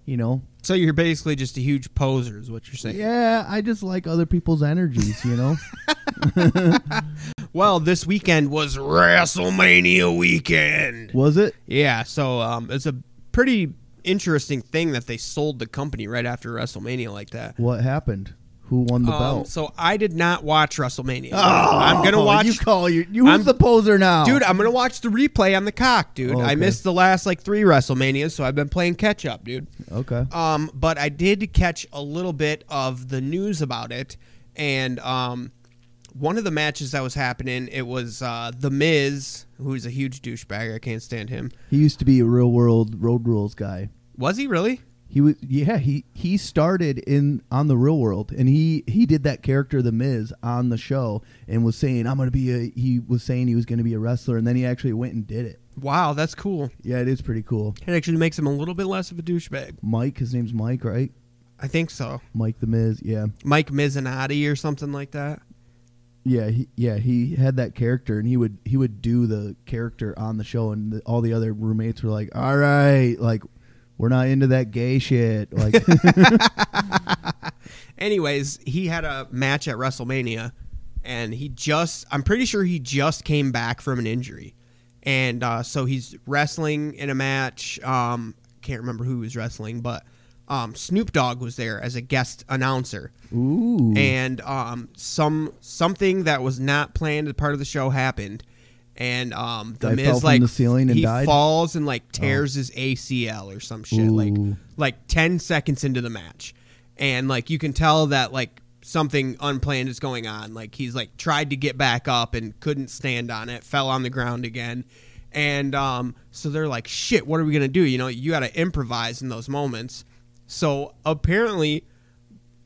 Speaker 2: you know.
Speaker 1: So you're basically just a huge poser, is what you're saying.
Speaker 2: Yeah, I just like other people's energies, you know.
Speaker 1: Well, this weekend was WrestleMania weekend.
Speaker 2: Was it?
Speaker 1: Yeah, so um, it's a pretty interesting thing that they sold the company right after WrestleMania like that.
Speaker 2: What happened? Who won the
Speaker 1: Um,
Speaker 2: belt?
Speaker 1: so I did not watch WrestleMania. I'm gonna watch,
Speaker 2: You call you. You who's
Speaker 1: I'm-
Speaker 2: the poser now,
Speaker 1: dude. I'm gonna watch the replay on the cock, dude.
Speaker 2: Oh,
Speaker 1: I
Speaker 2: okay.
Speaker 1: missed the last like three WrestleManias, so I've been playing catch up, dude.
Speaker 2: Okay.
Speaker 1: Um, but I did catch a little bit of the news about it, and um, one of the matches that was happening, it was uh, the Miz, who's a huge douchebag. I can't stand him.
Speaker 2: He used to be a real world road rules guy.
Speaker 1: Was he really?
Speaker 2: He was yeah, he he started in on the real world and he he did that character the Miz on the show and was saying I'm going to be a he was saying he was going to be a wrestler and then he actually went and did it.
Speaker 1: Wow, that's cool.
Speaker 2: Yeah, it is pretty cool.
Speaker 1: It actually makes him a little bit less of a douchebag.
Speaker 2: Mike, his name's Mike, right?
Speaker 1: I think so.
Speaker 2: Mike the Miz, yeah.
Speaker 1: Mike Mizanati or something like that.
Speaker 2: Yeah, he, yeah, he had that character, and he would he would do the character on the show, and the, all the other roommates were like, "All right, like, we're not into that gay shit." Like,
Speaker 1: Anyways, he had a match at WrestleMania, and he just, I'm pretty sure he just came back from an injury. And uh, so he's wrestling in a match. Um, can't remember who he was wrestling, but um, Snoop Dogg was there as a guest announcer.
Speaker 2: ooh,
Speaker 1: and um, some something that was not planned as part of the show happened, and um, the
Speaker 2: Guy
Speaker 1: Miz
Speaker 2: fell from
Speaker 1: like
Speaker 2: the ceiling and
Speaker 1: he
Speaker 2: died? Oh.
Speaker 1: falls and like tears his ACL or some shit like
Speaker 2: Ooh.
Speaker 1: like ten seconds into the match, and like you can tell that like something unplanned is going on. Like he's like tried to get back up and couldn't stand on it, fell on the ground again. And um, so they're like, shit, what are we going to do? You know, you got to improvise in those moments. So apparently,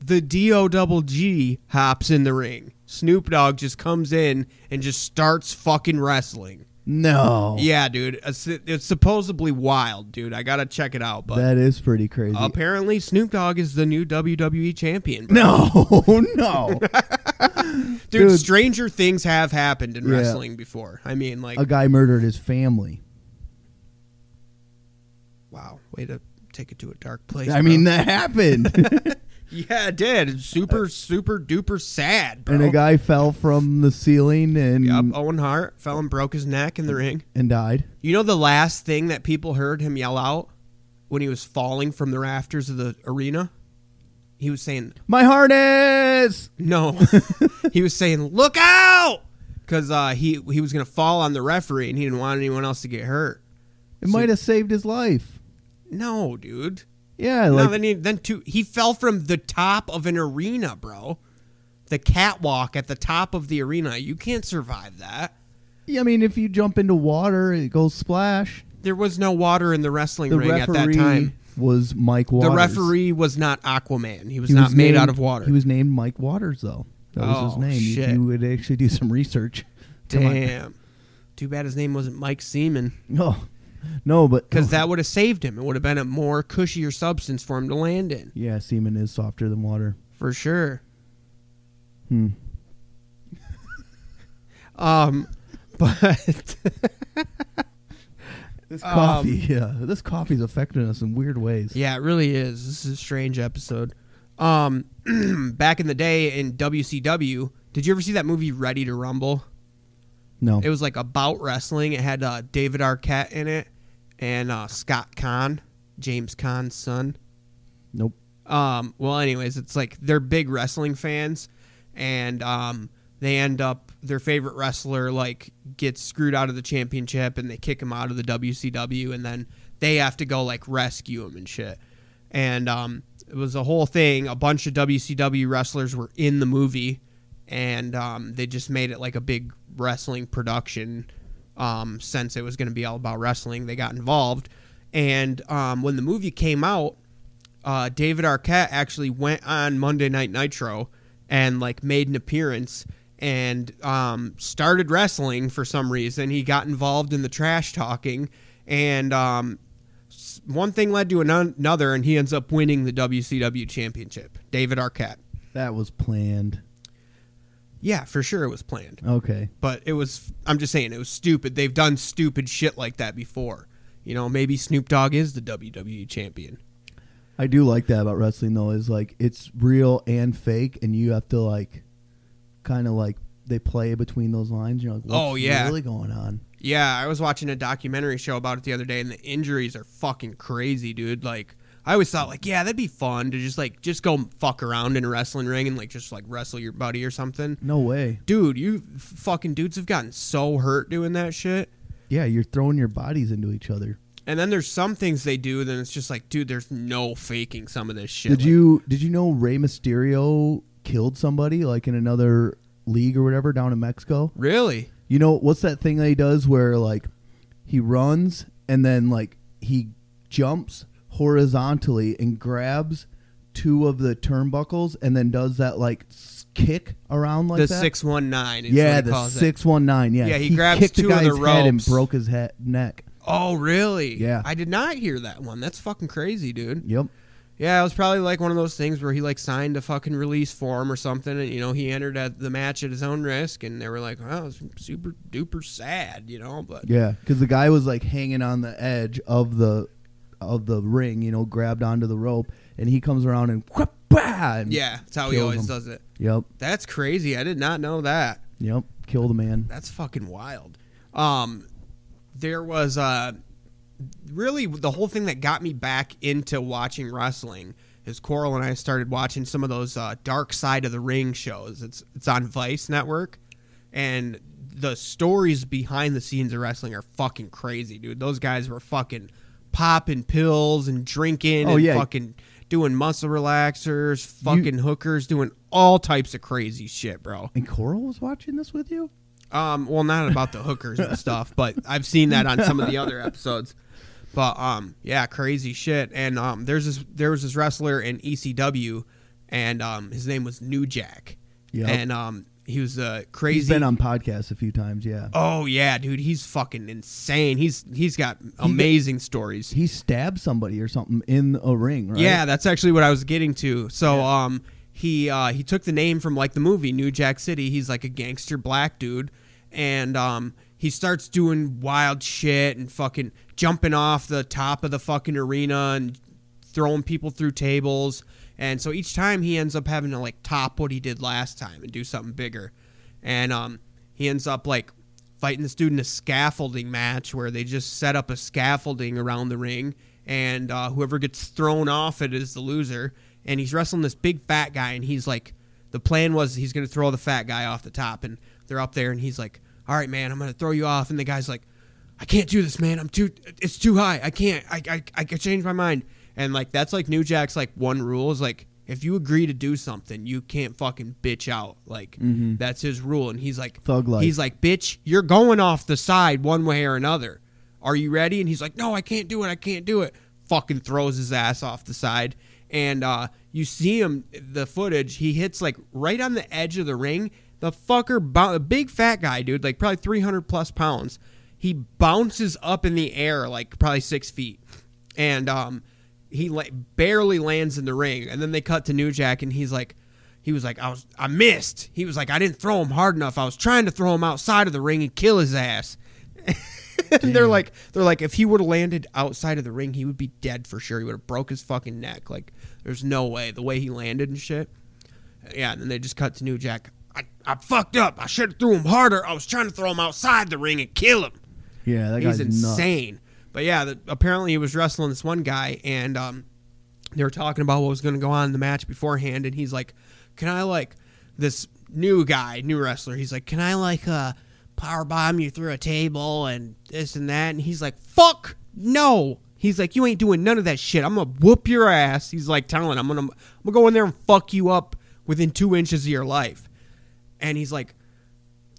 Speaker 1: the Do Double G hops in the ring. Snoop Dogg just comes in and just starts fucking wrestling.
Speaker 2: no,
Speaker 1: Yeah, dude, it's, it's supposedly wild, dude. I gotta check it out, but
Speaker 2: that is pretty crazy.
Speaker 1: apparently Snoop Dogg is the new WWE champion. bro.
Speaker 2: no, no,
Speaker 1: dude,
Speaker 2: dude.
Speaker 1: stranger things have happened in
Speaker 2: Yeah.
Speaker 1: wrestling before. I mean, like,
Speaker 2: a guy murdered his family.
Speaker 1: wow, way to take it to a dark place.
Speaker 2: I mean,
Speaker 1: bro.
Speaker 2: that happened,
Speaker 1: yeah, it did. It's super, super duper sad, bro.
Speaker 2: and a guy fell from the ceiling and
Speaker 1: Yep, Owen Hart fell and broke his neck in the ring.
Speaker 2: and died.
Speaker 1: You know the last thing that people heard him yell out when he was falling from the rafters of the arena? He was saying,
Speaker 2: My harness. penis.
Speaker 1: No, he was saying, "Look out!" Because uh, he he was gonna fall on the referee, and he didn't want anyone else to get hurt.
Speaker 2: It might have saved his life.
Speaker 1: No, dude.
Speaker 2: Yeah,
Speaker 1: no,
Speaker 2: like
Speaker 1: then he then two. He fell from the top of an arena, bro. The catwalk at the top of the arena. You can't survive that.
Speaker 2: yeah, I mean, if you jump into water, it goes splash.
Speaker 1: There was no water in the wrestling
Speaker 2: The
Speaker 1: ring at
Speaker 2: referee
Speaker 1: that time.
Speaker 2: was Mike Waters.
Speaker 1: The referee was not Aquaman. He was
Speaker 2: He
Speaker 1: not
Speaker 2: was
Speaker 1: made
Speaker 2: named-
Speaker 1: out of water.
Speaker 2: He was named Mike Waters, though. That was his
Speaker 1: Oh,
Speaker 2: name.
Speaker 1: shit.
Speaker 2: If you would actually do some research. Come on.
Speaker 1: Damn. Too bad his name wasn't Mike Seaman.
Speaker 2: No, no, but
Speaker 1: Because that would have saved him. It would have been a more cushier substance for him to land in,
Speaker 2: yeah, semen is softer than water.
Speaker 1: for sure.
Speaker 2: Hmm.
Speaker 1: Um, but Um,
Speaker 2: This coffee, yeah, this coffee's affecting us in weird ways.
Speaker 1: yeah, it really is. This is a strange episode. Um, back in the day in WCW, did you ever see that movie Ready to Rumble?
Speaker 2: No,
Speaker 1: It was like about wrestling. It had uh, David Arquette in it and uh, Scott Kahn, James Kahn's son.
Speaker 2: nope.
Speaker 1: Um, well, anyways, it's like they're big wrestling fans, and um, they end up their favorite wrestler like gets screwed out of the championship, and they kick him out of the WCW, and then they have to go like rescue him and shit. And um, it was a whole thing. A bunch of WCW wrestlers were in the movie, and um, they just made it like a big wrestling production. Um, since it was going to be all about wrestling, they got involved. And um, when the movie came out, uh, David Arquette actually went on Monday Night Nitro and like made an appearance and um, started wrestling for some reason. He got involved in the trash talking, and um, s- one thing led to anon- another, and he ends up winning the WCW championship. David Arquette.
Speaker 2: That was planned.
Speaker 1: Yeah, for sure it was planned,
Speaker 2: Okay,
Speaker 1: but it was. I'm just saying it was stupid. They've done stupid shit like that before. You know, maybe Snoop Dogg is the WWE champion.
Speaker 2: I do like that about wrestling though. Is like it's real and fake, and you have to like, kind of like they play between those lines. You're like, what's
Speaker 1: Oh, yeah.
Speaker 2: really going on?
Speaker 1: Yeah, I was watching a documentary show about it the other day, and the injuries are fucking crazy, dude. Like, I always thought, like, yeah, that'd be fun to just like just go fuck around in a wrestling ring and like just like wrestle your buddy or something.
Speaker 2: No way.
Speaker 1: Dude, you f- fucking dudes have gotten so hurt doing that shit.
Speaker 2: Yeah, you're throwing your bodies into each other.
Speaker 1: And then there's some things they do, then it's just like, dude, there's no faking some of this shit.
Speaker 2: Did
Speaker 1: Like,
Speaker 2: you did you know Rey Mysterio killed somebody like in another league or whatever down in Mexico?
Speaker 1: really?
Speaker 2: You know what's that thing that he does where like he runs and then like he jumps horizontally and grabs two of the turnbuckles and then does that like s- kick around like
Speaker 1: The
Speaker 2: that?
Speaker 1: six one nine is what
Speaker 2: yeah,
Speaker 1: he
Speaker 2: the
Speaker 1: calls it.
Speaker 2: six one nine. Yeah,
Speaker 1: Yeah, he grabs
Speaker 2: kicked
Speaker 1: two
Speaker 2: the
Speaker 1: of
Speaker 2: guy's
Speaker 1: the
Speaker 2: head and
Speaker 1: ropes.
Speaker 2: broke his head neck.
Speaker 1: Oh, really?
Speaker 2: Yeah.
Speaker 1: I did not hear that one. That's fucking crazy, dude.
Speaker 2: Yep.
Speaker 1: Yeah, it was probably like one of those things where he like signed a fucking release form or something, and you know he entered at the match at his own risk, and they were like, "Wow, it's super duper sad," you know. But
Speaker 2: Yeah, because the guy was like hanging on the edge of the of the ring, you know, grabbed onto the rope, and he comes around and whap, bah, and
Speaker 1: yeah, that's how he
Speaker 2: Kills
Speaker 1: always
Speaker 2: him.
Speaker 1: does it.
Speaker 2: yep,
Speaker 1: That's crazy. I did not know that.
Speaker 2: yep, kill the man.
Speaker 1: That's fucking wild. Um, there was uh, really the whole thing that got me back into watching wrestling is Coral and I started watching some of those uh, Dark Side of the Ring shows. It's it's on Vice Network, and the stories behind the scenes of wrestling are fucking crazy, dude. Those guys were fucking popping pills and drinking
Speaker 2: Oh,
Speaker 1: and
Speaker 2: yeah.
Speaker 1: fucking doing muscle relaxers, fucking hookers, doing all types of crazy shit, bro.
Speaker 2: And Coral was watching this with you.
Speaker 1: Um, well, not about the hookers and stuff, but I've seen that on some of the other episodes. But um, yeah, crazy shit. And um, there's this there was this wrestler in ECW, and um, his name was New Jack.
Speaker 2: Yep.
Speaker 1: And um, he was a
Speaker 2: He's
Speaker 1: crazy.
Speaker 2: been on podcasts a few times. Yeah,
Speaker 1: oh yeah, dude, he's fucking insane. He's he's got amazing stories.
Speaker 2: he stabbed somebody or something in a ring, right?
Speaker 1: Yeah, that's actually what I was getting to. So, um, he uh, he took the name from like the movie New Jack City. He's like a gangster black dude, and um, he starts doing wild shit and fucking jumping off the top of the fucking arena and throwing people through tables. And so each time he ends up having to like top what he did last time and do something bigger, and um, he ends up like fighting this dude in a scaffolding match where they just set up a scaffolding around the ring and uh, whoever gets thrown off it is the loser and he's wrestling this big fat guy and he's like the plan was he's going to throw the fat guy off the top, and they're up there, and he's like, "All right, man, I'm going to throw you off," and the guy's like, "I can't do this, man. I'm too. It's too high. I can't. I I I could change my mind." And like that's like New Jack's like one rule is like if you agree to do something, you can't fucking bitch out. Like that's his rule, and he's like
Speaker 2: Mm-hmm. Thug life.
Speaker 1: He's like, "Bitch, you're going off the side one way or another." Are you ready? And he's like, No, I can't do it. I can't do it. Fucking throws his ass off the side. And uh, you see him, the footage, he hits like right on the edge of the ring. The fucker, bou- a big fat guy, dude, like probably 300 plus pounds. He bounces up in the air, like probably six feet. And um, he la- barely lands in the ring. And then they cut to New Jack, and he's like, he was like, I was, I missed. He was like, I didn't throw him hard enough. I was trying to throw him outside of the ring and kill his ass. and they're like they're like if he would have landed outside of the ring he would be dead for sure he would have broke his fucking neck like there's no way the way he landed and shit yeah and then they just cut to new jack i, I fucked up i should have threw him harder i was trying to throw him outside the ring and kill him
Speaker 2: Yeah, that
Speaker 1: he's
Speaker 2: guy's insane.
Speaker 1: insane but yeah the, apparently he was wrestling this one guy and um they were talking about what was going to go on in the match beforehand and he's like can i like this new guy new wrestler he's like can i like uh power bomb you through a table and this and that and he's like fuck no he's like you ain't doing none of that shit i'm gonna whoop your ass he's like telling him, i'm gonna i'm gonna go in there and fuck you up within two inches of your life and he's like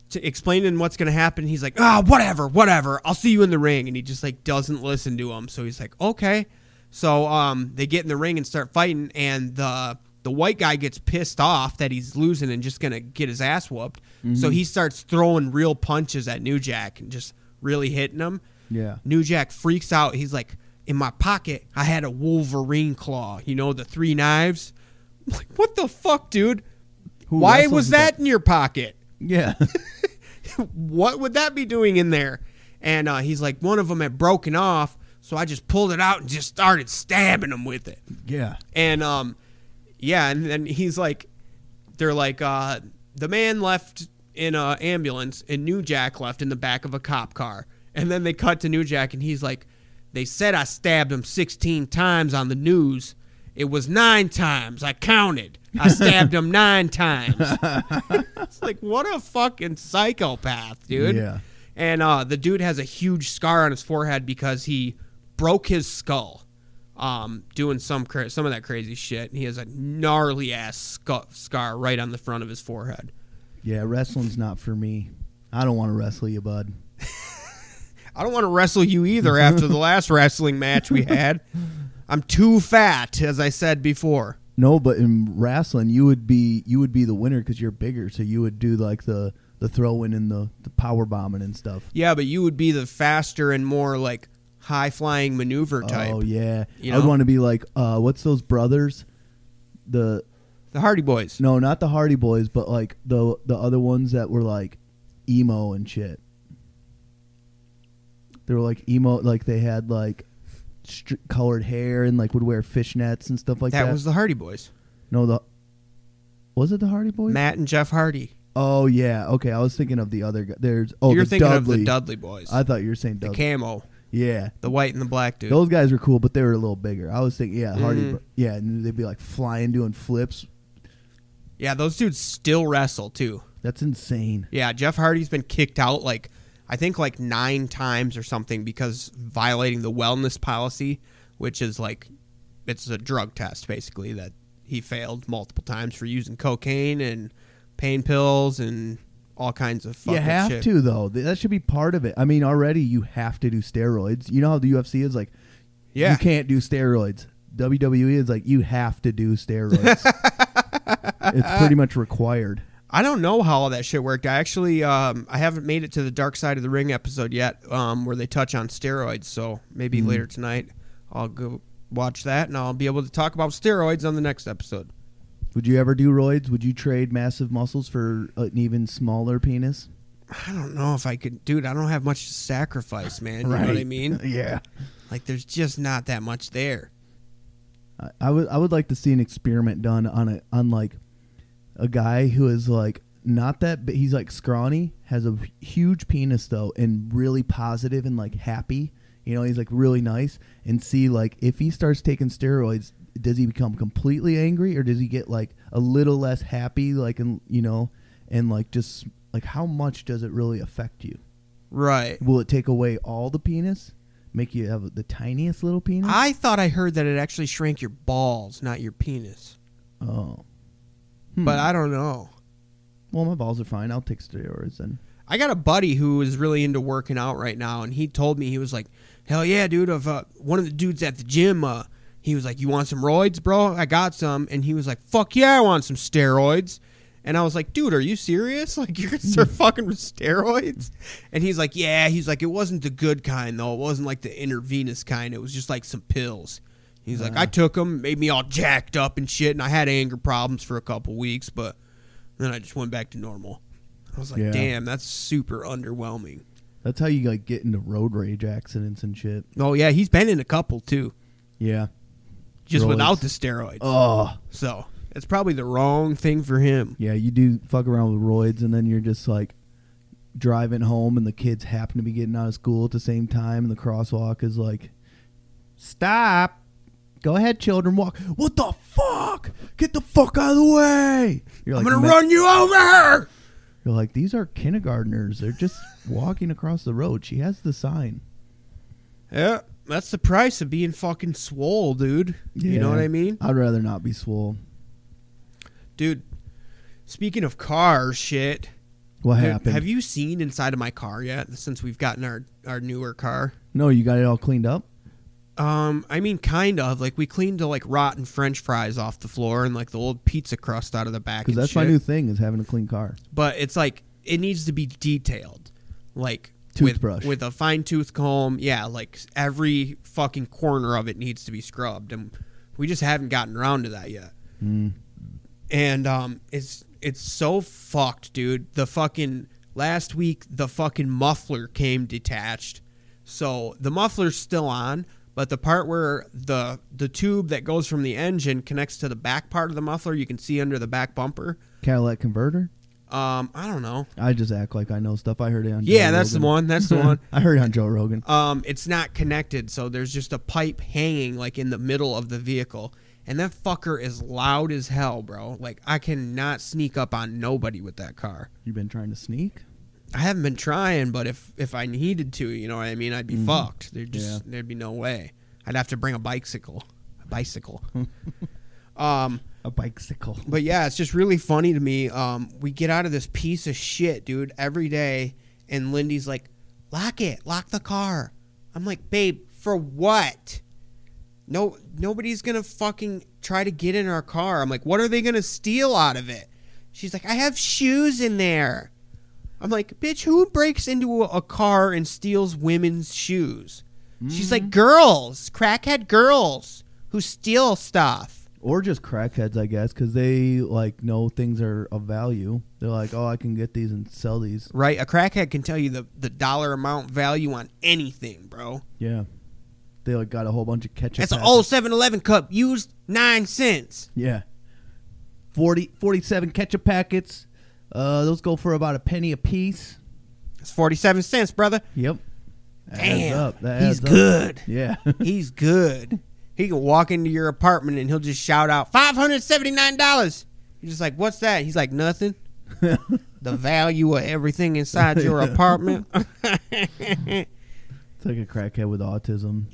Speaker 1: to explaining what's gonna happen. He's like, ah, whatever, whatever. I'll see you in the ring, and he just like doesn't listen to him. So he's like, okay. So um, they get in the ring and start fighting, and the the white guy gets pissed off that he's losing and just gonna get his ass whooped.
Speaker 2: Mm-hmm.
Speaker 1: So he starts throwing real punches at New Jack and just really hitting him.
Speaker 2: Yeah.
Speaker 1: New Jack freaks out. He's like, in my pocket, I had a Wolverine claw. You know, the three knives. I'm like, what the fuck, dude?
Speaker 2: Who
Speaker 1: Why
Speaker 2: wrestles
Speaker 1: was
Speaker 2: with that?
Speaker 1: that in your pocket?
Speaker 2: Yeah.
Speaker 1: what would that be doing in there? And uh, he's like, one of them had broken off, so I just pulled it out and just started stabbing him with it.
Speaker 2: yeah.
Speaker 1: And um, yeah, and then he's like, they're like, uh, the man left in a ambulance, and New Jack left in the back of a cop car. And then they cut to New Jack, and he's like, they said I stabbed him 16 times on the news. It was nine times. I counted. I stabbed him nine times. it's like what a fucking psychopath, dude.
Speaker 2: Yeah.
Speaker 1: And uh, the dude has a huge scar on his forehead because he broke his skull um, doing some cra- some of that crazy shit. And he has a gnarly ass scu- scar right on the front of his forehead.
Speaker 2: Yeah, wrestling's not for me. I don't want to wrestle you, bud.
Speaker 1: I don't want to wrestle you either after the last wrestling match we had. I'm too fat, as I said before.
Speaker 2: No, but in wrestling, you would be you would be the winner because you're bigger, so you would do like the the throwing and the the power bombing and stuff.
Speaker 1: Yeah, but you would be the faster and more like high flying maneuver type.
Speaker 2: Oh yeah,
Speaker 1: You
Speaker 2: I would
Speaker 1: know?
Speaker 2: want to be like uh, what's those brothers? The
Speaker 1: The Hardy Boys.
Speaker 2: no, not the Hardy Boys, but like the the other ones that were like emo and shit. They were like emo, like they had like stri colored hair and like would wear fishnets and stuff like that.
Speaker 1: that, was the Hardy Boys.
Speaker 2: no the was it the Hardy Boys?
Speaker 1: Matt and Jeff Hardy.
Speaker 2: Oh yeah, okay. I was thinking of the other guy. There's oh,
Speaker 1: You're
Speaker 2: the
Speaker 1: thinking
Speaker 2: Dudley.
Speaker 1: of the Dudley Boys.
Speaker 2: I thought you were saying
Speaker 1: the
Speaker 2: Dudley.
Speaker 1: camo,
Speaker 2: yeah,
Speaker 1: the white and the black dude.
Speaker 2: those guys were cool, but they were a little bigger. I was thinking, yeah, Hardy.
Speaker 1: Mm.
Speaker 2: Bro- yeah, and they'd be like flying, doing flips.
Speaker 1: yeah, those dudes still wrestle too.
Speaker 2: That's insane.
Speaker 1: Yeah, Jeff Hardy's been kicked out like I think like nine times or something because violating the wellness policy, which is like it's a drug test basically that he failed multiple times for using cocaine and pain pills and all kinds of fucking
Speaker 2: you have
Speaker 1: shit.
Speaker 2: to though. Th- That should be part of it. I mean, already you have to do steroids. You know how the UFC is like,
Speaker 1: Yeah.
Speaker 2: you can't do steroids. WWE is like, you have to do steroids. it's pretty much required.
Speaker 1: I don't know how all that shit worked. I actually um, I haven't made it to the Dark Side of the Ring episode yet, um, where they touch on steroids. So maybe later tonight I'll go watch that and I'll be able to talk about steroids on the next episode.
Speaker 2: Would you ever do roids? Would you trade massive muscles for an even smaller penis?
Speaker 1: I don't know if I could, dude. I don't have much to sacrifice, man. You know what I mean?
Speaker 2: yeah.
Speaker 1: Like, there's just not that much there.
Speaker 2: I- I would I would like to see an experiment done on a on like a guy who is like not that but he's like scrawny, has a huge penis though, and really positive and like happy. You know, he's like really nice, and see like if he starts taking steroids, does he become completely angry or does he get like a little less happy like and you know and like just like how much does it really affect you
Speaker 1: Right.
Speaker 2: will it take away all the penis make you have the tiniest little penis
Speaker 1: I thought I heard that it actually shrank your balls, not your penis.
Speaker 2: oh
Speaker 1: But I don't know.
Speaker 2: well my balls are fine i'll take steroids then
Speaker 1: I got a buddy who is really into working out right now, and he told me he was like, "Hell yeah, dude!" Of uh, one of the dudes at the gym, uh, he was like, "You want some roids, bro? I got some." And he was like, "Fuck yeah, I want some steroids." And I was like, "Dude, are you serious? Like you're gonna start fucking with steroids?" And he's like, "Yeah." He's like, "It wasn't the good kind though. It wasn't like the intravenous kind. It was just like some pills." He's like, "I took them, made me all jacked up and shit, and I had anger problems for a couple weeks, but then I just went back to normal." I was like,
Speaker 2: Yeah.
Speaker 1: damn, that's super underwhelming.
Speaker 2: that's how you like get into road rage accidents and shit
Speaker 1: Oh, yeah, he's been in a couple, too,
Speaker 2: yeah
Speaker 1: just
Speaker 2: Steroids.
Speaker 1: without the steroids.
Speaker 2: oh
Speaker 1: So it's probably the wrong thing for him.
Speaker 2: Yeah, you do fuck around with roids, and then you're just like driving home, and the kids happen to be getting out of school at the same time, and the crosswalk is like, stop. Go ahead, children, walk. What the fuck? Get the fuck out of the way. You're
Speaker 1: I'm
Speaker 2: like,
Speaker 1: going to
Speaker 2: "Ma-
Speaker 1: run you over!
Speaker 2: You're like, these are kindergartners. They're just walking across the road. She has the sign.
Speaker 1: Yeah, that's the price of being fucking swole, dude. You know
Speaker 2: Yeah.
Speaker 1: what I mean?
Speaker 2: I'd rather not be swole.
Speaker 1: Dude, speaking of car shit,
Speaker 2: What
Speaker 1: dude,
Speaker 2: happened?
Speaker 1: have you seen inside of my car yet since we've gotten our, our newer car?
Speaker 2: no, you got it all cleaned up?
Speaker 1: Um, I mean, kind of. Like, we cleaned the, like, rotten french fries off the floor and, like, the old pizza crust out of the back.
Speaker 2: Because
Speaker 1: and
Speaker 2: that's my
Speaker 1: shit.
Speaker 2: new thing is having a clean car.
Speaker 1: but it's like it needs to be detailed like
Speaker 2: Toothbrush.
Speaker 1: with, with a fine tooth comb yeah like every fucking corner of it needs to be scrubbed and we just haven't gotten around to that yet and um it's it's so fucked dude the fucking last week the fucking muffler came detached so the muffler's still on but the part where the the tube that goes from the engine connects to the back part of the muffler you can see under the back bumper
Speaker 2: Cadillac converter?
Speaker 1: um i don't know
Speaker 2: I just act like I know stuff. I heard it on Joe
Speaker 1: Yeah, that's the
Speaker 2: Rogan.
Speaker 1: one. That's the one.
Speaker 2: I heard it on Joe Rogan.
Speaker 1: Um, it's not connected, so there's just a pipe hanging like in the middle of the vehicle, and that fucker is loud as hell, bro. Like I cannot sneak up on nobody with that car.
Speaker 2: You've been trying to sneak?
Speaker 1: I haven't been trying, but if if I needed to, you know what I mean, I'd be fucked. There'd just
Speaker 2: Yeah.
Speaker 1: there'd be no way. I'd have to bring a bicycle, a bicycle. um,
Speaker 2: A bicycle.
Speaker 1: but yeah, it's just really funny to me. Um, we get out of this piece of shit, dude, every day, and Lindy's like, "Lock it, lock the car." I'm like, "Babe, for what?" No, nobody's gonna fucking try to get in our car. I'm like, "What are they gonna steal out of it?" She's like, "I have shoes in there." I'm like, "Bitch, who breaks into a, a car and steals women's shoes?" She's like, "Girls, crackhead girls who steal stuff."
Speaker 2: Or just crackheads, I guess, because they like know things are of value. They're like, oh, I can get these and sell these.
Speaker 1: right? A crackhead can tell you the, the dollar amount value on anything, bro.
Speaker 2: Yeah. They like got a whole bunch of ketchup.
Speaker 1: That's an
Speaker 2: packets.
Speaker 1: old 7 Eleven cup, used nine cents.
Speaker 2: Yeah. 40, 47 ketchup packets. Uh, those go for about a penny a piece.
Speaker 1: That's 47 cents, brother.
Speaker 2: Yep. That adds
Speaker 1: Damn.
Speaker 2: up. That
Speaker 1: He's
Speaker 2: adds up.
Speaker 1: good.
Speaker 2: Yeah.
Speaker 1: He's good. He can walk into your apartment and he'll just shout out, $579. You're just like, what's that? He's like, nothing. the value of everything inside your apartment.
Speaker 2: it's like a crackhead with autism.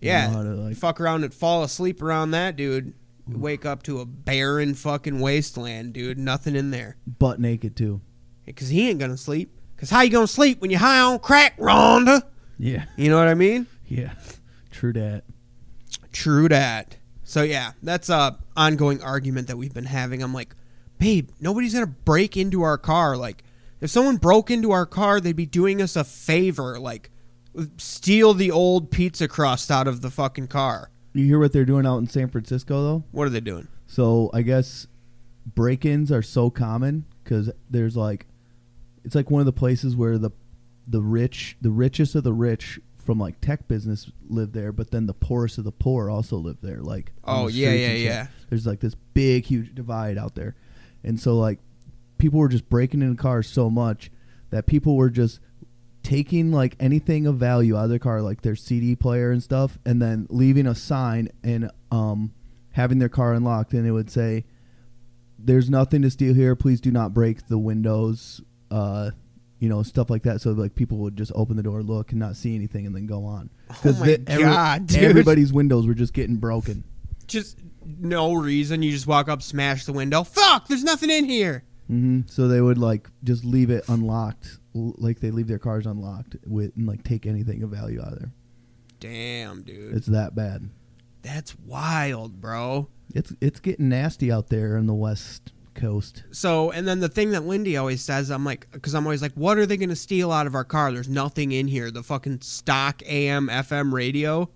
Speaker 2: They know
Speaker 1: yeah.
Speaker 2: how to, like-
Speaker 1: Fuck around and fall asleep around that, dude. Wake up to a barren fucking wasteland, dude. Nothing in there.
Speaker 2: butt naked, too.
Speaker 1: because he ain't gonna sleep. Because how you gonna sleep when you're high on crack, Rhonda?
Speaker 2: Yeah.
Speaker 1: You know what I mean?
Speaker 2: Yeah. True that.
Speaker 1: True that. So yeah, that's a ongoing argument that we've been having. I'm like, babe, nobody's gonna break into our car. Like, if someone broke into our car, they'd be doing us a favor. Like, steal the old pizza crust out of the fucking car.
Speaker 2: You hear what they're doing out in San Francisco, though?
Speaker 1: What are they doing?
Speaker 2: So I guess break-ins are so common because there's like, it's like one of the places where the the rich, the richest of the rich from like tech business live there, but then the poorest of the poor also live there. Like, on
Speaker 1: Oh,
Speaker 2: the
Speaker 1: yeah,
Speaker 2: streets
Speaker 1: yeah,
Speaker 2: and shit.
Speaker 1: yeah.
Speaker 2: There's like this big, huge divide out there, and so like people were just breaking into cars so much that people were just taking like anything of value out of their car, like their CD player and stuff, and then leaving a sign and um having their car unlocked, and it would say, "There's nothing to steal here. Please do not break the windows." Uh, you know, stuff like that. So like people would just open the door, look, and not see anything, and then go on. Because
Speaker 1: Oh my God, dude.
Speaker 2: everybody's windows were just getting broken.
Speaker 1: Just no reason. You just walk up, smash the window. Fuck, there's nothing in here.
Speaker 2: hmm So they would like just leave it unlocked, l- like they leave their cars unlocked with and like take anything of value out of there.
Speaker 1: Damn, dude.
Speaker 2: It's that bad.
Speaker 1: That's wild, bro.
Speaker 2: It's it's getting nasty out there on the west coast.
Speaker 1: So, and then the thing that Lindy always says, I'm like, because I'm always like, what are they going to steal out of our car? There's nothing in here. The fucking stock AM, FM radio.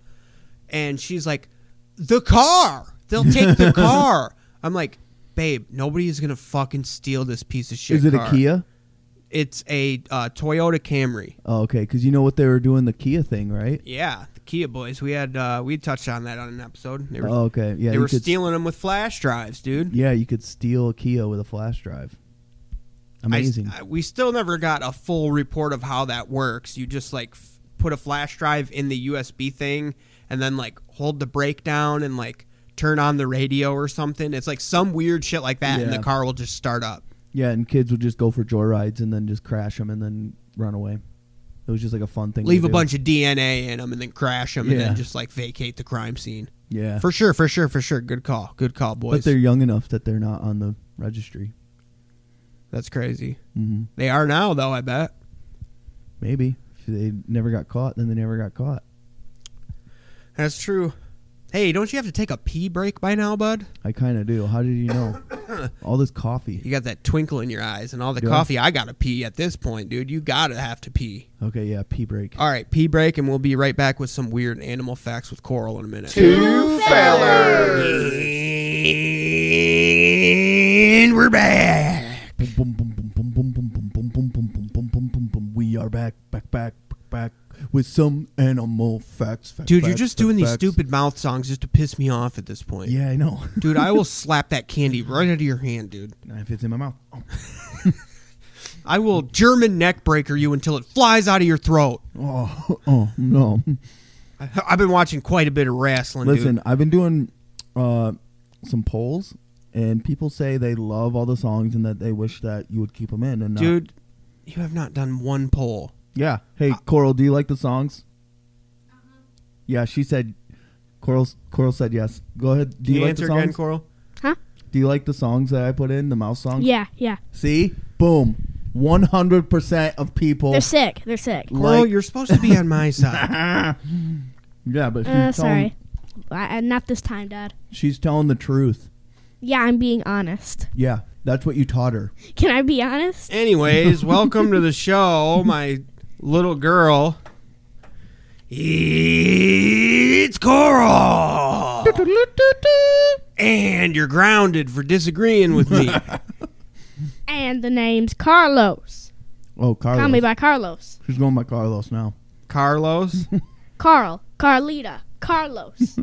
Speaker 1: And she's like, the car. They'll take the car. I'm like, babe, nobody is going to fucking steal this piece of shit.
Speaker 2: Is it
Speaker 1: car."
Speaker 2: a Kia?
Speaker 1: It's a uh, Toyota Camry.
Speaker 2: Oh, okay, because you know what they were doing the Kia thing, right?
Speaker 1: Yeah, the Kia boys. We had uh, we touched on that on an episode. They were,
Speaker 2: Oh, okay, yeah.
Speaker 1: they
Speaker 2: you
Speaker 1: were
Speaker 2: could,
Speaker 1: stealing them with flash drives, dude.
Speaker 2: Yeah, you could steal a Kia with a flash drive.
Speaker 1: I-
Speaker 2: Amazing.
Speaker 1: I- we still never got a full report of how that works. You just like f- put a flash drive in the USB thing and then like hold the brake down and like turn on the radio or something. It's like some weird shit like that, and
Speaker 2: Yeah.
Speaker 1: the car will just start up.
Speaker 2: yeah, and kids would just go for joyrides and then just crash them and then run away. It was just like a fun thing.
Speaker 1: Leave
Speaker 2: to
Speaker 1: a
Speaker 2: do.
Speaker 1: bunch of DNA in them and then crash them and
Speaker 2: Yeah.
Speaker 1: then just like vacate the crime scene.
Speaker 2: Yeah,
Speaker 1: For sure, for sure, for sure. Good call. Good call, boys.
Speaker 2: but they're young enough that they're not on the registry.
Speaker 1: That's crazy.
Speaker 2: hmm
Speaker 1: They are now, though, I bet.
Speaker 2: Maybe if they never got caught, then they never got caught.
Speaker 1: That's true. Hey, don't you have to take a pee break by now, bud?
Speaker 2: I kind of do. How did you know? All this coffee.
Speaker 1: You got that twinkle in your eyes and all the
Speaker 2: Yeah.
Speaker 1: coffee. I gotta pee at this point, dude. You gotta have to pee.
Speaker 2: Okay, yeah, pee break.
Speaker 1: All right, pee break, and we'll be right back with some weird animal facts with Coral in a minute. And we're back.
Speaker 2: Boom, boom, boom, boom, boom, boom, boom, boom, boom, boom, boom, boom, boom, boom, boom, boom. We are back, back, back, back, back with some animal facts. facts,
Speaker 1: Dude, you're
Speaker 2: facts,
Speaker 1: just
Speaker 2: facts,
Speaker 1: doing these
Speaker 2: facts.
Speaker 1: stupid mouth songs just to piss me off at this point.
Speaker 2: Yeah, I know.
Speaker 1: Dude, I will slap that candy right out of your hand, dude.
Speaker 2: Now if it's in my mouth. Oh,
Speaker 1: I will German neck breaker you until it flies out of your throat.
Speaker 2: oh, oh, no.
Speaker 1: I- I've been watching quite a bit of wrestling, dude.
Speaker 2: Listen, I've been doing uh, some polls, and people say they love all the songs and that they wish that you would keep them in. And not-
Speaker 1: dude you have not done one poll
Speaker 2: Yeah. Hey, Coral, do you like the songs? Uh-huh. Yeah, she said. Coral, Coral said yes. Go ahead. Do
Speaker 1: Can
Speaker 2: you,
Speaker 1: you
Speaker 2: like
Speaker 1: answer
Speaker 2: the songs?
Speaker 1: again coral
Speaker 6: Huh?
Speaker 2: do you like the songs that I put in? The mouse songs.
Speaker 6: Yeah, yeah.
Speaker 2: See, boom, one hundred percent of people.
Speaker 6: They're sick. They're sick.
Speaker 1: coral
Speaker 2: Like-
Speaker 1: you're supposed to be on my side
Speaker 2: yeah, but she's,
Speaker 6: Uh,
Speaker 2: telling,
Speaker 6: sorry. I, I- not this time, Dad.
Speaker 2: she's telling the truth.
Speaker 6: Yeah, I'm being honest.
Speaker 2: Yeah, that's what you taught her.
Speaker 6: Can I be honest?
Speaker 1: anyways welcome to the show my little girl it's coral and you're grounded for disagreeing with me
Speaker 6: And the name's Carlos.
Speaker 2: Oh, Carlos.
Speaker 6: Call me by Carlos.
Speaker 2: She's going by Carlos now.
Speaker 1: carlos
Speaker 6: Carl. Carlita. Carlos.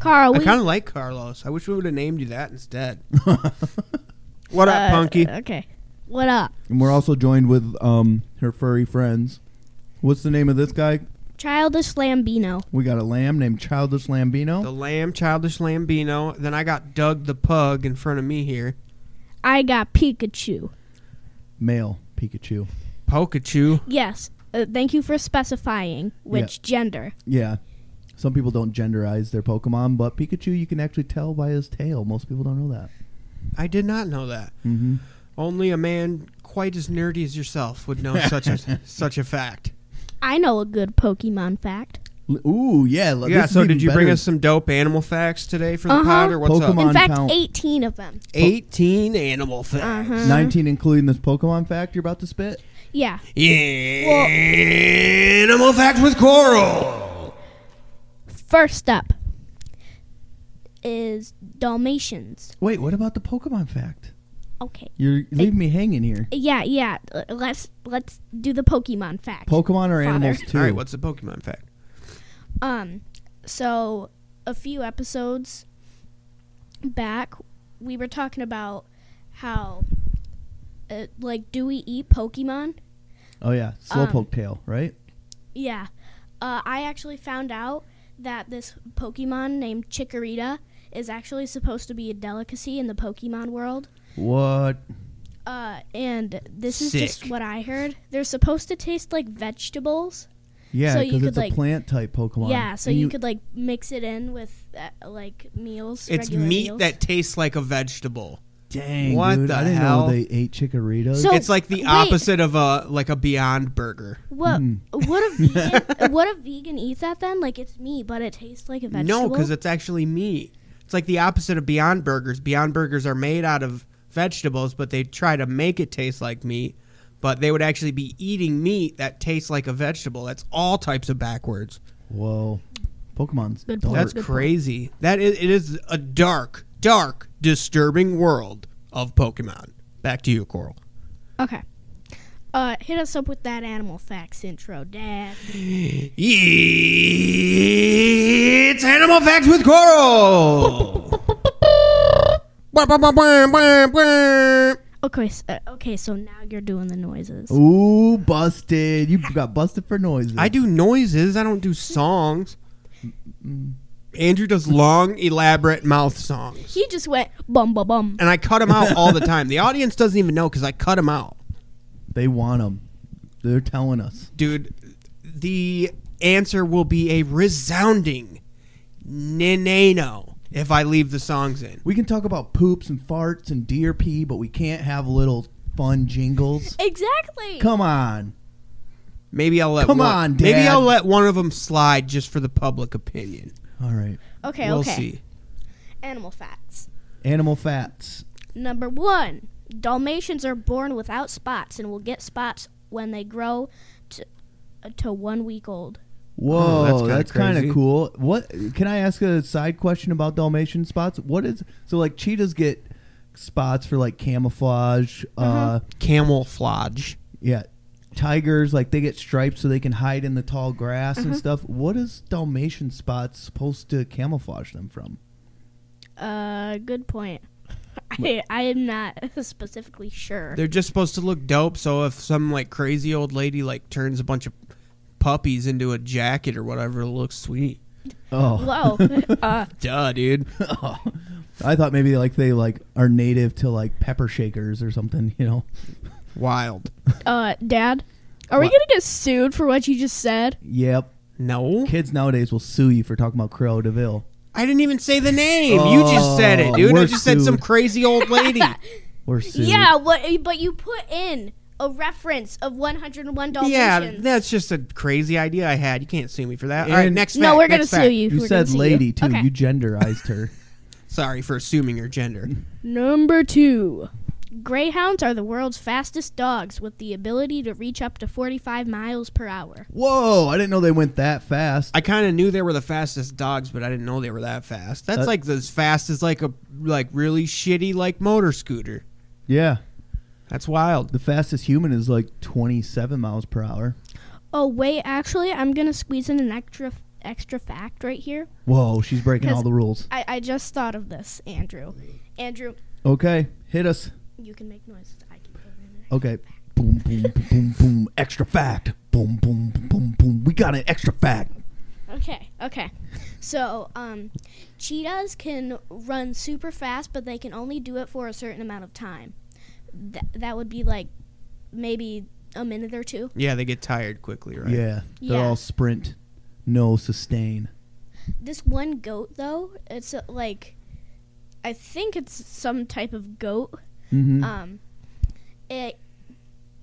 Speaker 6: Carl.
Speaker 1: i
Speaker 6: We,
Speaker 1: kind of like carlos i wish we would have named you that instead what up
Speaker 6: uh,
Speaker 1: punky
Speaker 6: Okay. What up?
Speaker 2: and we're also joined with um her furry friends. What's the name of this guy?
Speaker 6: Childish Lambino.
Speaker 2: We got a lamb named Childish Lambino.
Speaker 1: the lamb childish lambino then i got doug the pug in front of me here
Speaker 6: I got Pikachu.
Speaker 2: male Pikachu.
Speaker 1: Pikachu.
Speaker 6: Yes. Uh, thank you for specifying which gender.
Speaker 2: Yeah. Some people don't genderize their Pokemon, but Pikachu you can actually tell by his tail. Most people don't know that.
Speaker 1: I did not know that.
Speaker 2: Mm-hmm.
Speaker 1: Only a man quite as nerdy as yourself would know such a such a fact.
Speaker 6: I know a good Pokemon fact.
Speaker 2: Ooh, yeah. l-
Speaker 1: yeah.
Speaker 2: this is
Speaker 1: So
Speaker 2: even
Speaker 1: did you bring
Speaker 2: better.
Speaker 1: us some dope animal facts today for the
Speaker 6: Uh-huh.
Speaker 1: pod, or what's up?
Speaker 2: Pokemon.
Speaker 6: In fact,
Speaker 2: count.
Speaker 6: 18 of them.
Speaker 1: Eighteen animal facts.
Speaker 6: Uh-huh.
Speaker 2: 19 including this Pokemon fact you're about to spit?
Speaker 6: Yeah.
Speaker 1: Animal fact with Coral.
Speaker 6: First up is Dalmatians.
Speaker 2: Wait, what about the Pokemon fact?
Speaker 6: Okay.
Speaker 2: You're leaving me hanging here.
Speaker 6: Yeah, yeah. L- Let's let's do the Pokemon fact.
Speaker 2: Pokemon are animals
Speaker 6: Father.
Speaker 2: too.
Speaker 1: All right. What's the Pokemon fact?
Speaker 6: um so a few episodes back we were talking about how uh, like do we eat Pokemon?
Speaker 2: oh yeah, Slowpoke tail, right?
Speaker 6: Yeah. Uh, I actually found out that this Pokemon named Chikorita is actually supposed to be a delicacy in the Pokemon world.
Speaker 2: What?
Speaker 6: Uh, and this is just
Speaker 1: Sick.
Speaker 6: what I heard. They're supposed to taste like vegetables.
Speaker 2: Yeah,
Speaker 6: So you
Speaker 2: because
Speaker 6: could,
Speaker 2: it's
Speaker 6: like-
Speaker 2: a plant type Pokemon.
Speaker 6: Yeah, so
Speaker 2: And
Speaker 6: you, could like mix it in with uh, like meals.
Speaker 1: It's
Speaker 6: regular
Speaker 1: meat
Speaker 6: meals.
Speaker 1: that tastes like a vegetable.
Speaker 2: Dang,
Speaker 1: What
Speaker 2: dude,
Speaker 1: the
Speaker 2: I didn't
Speaker 1: hell?
Speaker 2: know they ate chikoritas.
Speaker 6: So- Oh,
Speaker 1: it's like the
Speaker 6: wait.
Speaker 1: opposite of a like a Beyond Burger.
Speaker 6: What would a vegan would a vegan eat that then? Like it's meat, but it tastes like a vegetable.
Speaker 1: No, because it's actually meat. It's like the opposite of Beyond Burgers. Beyond Burgers are made out of vegetables, but they try to make it taste like meat. But they would actually be eating meat that tastes like a vegetable. That's all types of backwards.
Speaker 2: Whoa, Pokemon's
Speaker 6: Good
Speaker 2: dark.
Speaker 6: point.
Speaker 1: That's crazy. That is, it is a dark, dark, disturbing world of Pokemon. Back to you, Coral.
Speaker 6: okay. Uh, hit us up with that animal facts intro, Dad.
Speaker 1: It's Animal Facts with Coral.
Speaker 6: Okay, so, okay, so now you're doing the noises.
Speaker 1: Oh.
Speaker 2: Ooh, busted! You got busted for noises.
Speaker 1: I do noises. I don't do songs. Andrew does long, elaborate mouth songs,
Speaker 6: He just went bum bum bum.
Speaker 1: and I cut him out all the time. The audience doesn't even know because I cut him out,
Speaker 2: They want them. They're telling us.
Speaker 1: dude. The answer will be a resounding no if I leave the songs in.
Speaker 2: We can talk about poops and farts and deer pee, but we can't have little fun jingles.
Speaker 6: Exactly.
Speaker 2: Come on.
Speaker 1: Maybe I'll let
Speaker 2: Come
Speaker 1: one,
Speaker 2: on,
Speaker 1: Maybe
Speaker 2: Dad.
Speaker 1: I'll let one of them slide just for the public opinion.
Speaker 2: All right.
Speaker 6: Okay,
Speaker 1: we'll
Speaker 6: okay.
Speaker 1: see.
Speaker 6: Animal facts.
Speaker 2: Animal fats.
Speaker 6: Number one, Dalmatians are born without spots and will get spots when they grow to, uh, to one week old.
Speaker 1: Oh, that's
Speaker 2: Whoa,
Speaker 1: kinda
Speaker 2: that's kind
Speaker 1: crazy.
Speaker 2: of cool. What can I ask a side question about Dalmatian spots? What is so like cheetahs get spots for like camouflage? Uh,
Speaker 1: Camouflage.
Speaker 2: yeah, tigers like they get stripes so they can hide in the tall grass and stuff. What is Dalmatian spots supposed to camouflage them from?
Speaker 6: Uh, good point. I, I am not specifically sure.
Speaker 1: They're just supposed to look dope. So if some like crazy old lady like turns a bunch of puppies into a jacket or whatever, it looks sweet.
Speaker 2: Oh,
Speaker 6: Whoa. uh,
Speaker 1: Duh, dude.
Speaker 2: I thought maybe like they like are native to like pepper shakers or something. You know?
Speaker 1: Wild.
Speaker 6: uh, Dad, are we
Speaker 2: What?
Speaker 6: gonna get sued for what you just said?
Speaker 2: Yep.
Speaker 1: No,
Speaker 2: Kids nowadays will sue you for talking about Creole Deville.
Speaker 1: I didn't even say the name. you just said it,
Speaker 2: Oh,
Speaker 1: dude. I
Speaker 2: we're
Speaker 1: just said some
Speaker 2: sued.
Speaker 1: crazy old lady.
Speaker 2: We're sued.
Speaker 6: Yeah, what, eh, but you put in a reference of 101 Dalmatians.
Speaker 1: yeah, that's just a crazy idea I had. You can't sue me for that. All right,
Speaker 2: And-
Speaker 1: next.
Speaker 6: no,
Speaker 1: fact,
Speaker 6: we're gonna
Speaker 1: next
Speaker 6: sue
Speaker 1: fact.
Speaker 6: you.
Speaker 2: You
Speaker 6: We're gonna
Speaker 2: said
Speaker 6: sue
Speaker 2: lady too.
Speaker 6: Okay.
Speaker 2: You genderized her.
Speaker 1: Sorry for assuming your gender.
Speaker 6: Number two. Greyhounds are the world's fastest dogs with the ability to reach up to 45 miles per hour.
Speaker 2: Whoa! I didn't know they went that fast.
Speaker 1: I kind of knew they were the fastest dogs, but I didn't know they were that fast. That's
Speaker 2: Uh,
Speaker 1: like as fast as like a like really shitty like motor scooter.
Speaker 2: yeah,
Speaker 1: That's wild.
Speaker 2: the fastest human is like 27 miles per hour.
Speaker 6: Oh wait, actually, I'm gonna squeeze in an extra extra fact right here.
Speaker 2: Whoa! She's breaking
Speaker 6: 'Cause-
Speaker 2: all the rules.
Speaker 6: I, I just thought of this, Andrew. Andrew,
Speaker 2: Okay, hit us.
Speaker 6: you can make noises. I can put it in there.
Speaker 2: Okay. Boom, boom, boom, boom, boom. Extra fact. Boom, boom, boom, boom, boom. We got an extra fact.
Speaker 6: Okay, okay. So, um, cheetahs can run super fast, but they can only do it for a certain amount of time. Th- that would be like maybe a minute or two.
Speaker 1: Yeah, they get tired quickly, right?
Speaker 2: Yeah, they're
Speaker 6: Yeah.
Speaker 2: all sprint, no sustain.
Speaker 6: This one goat, though, it's uh, like I think it's some type of goat.
Speaker 2: Mm-hmm.
Speaker 6: Um, it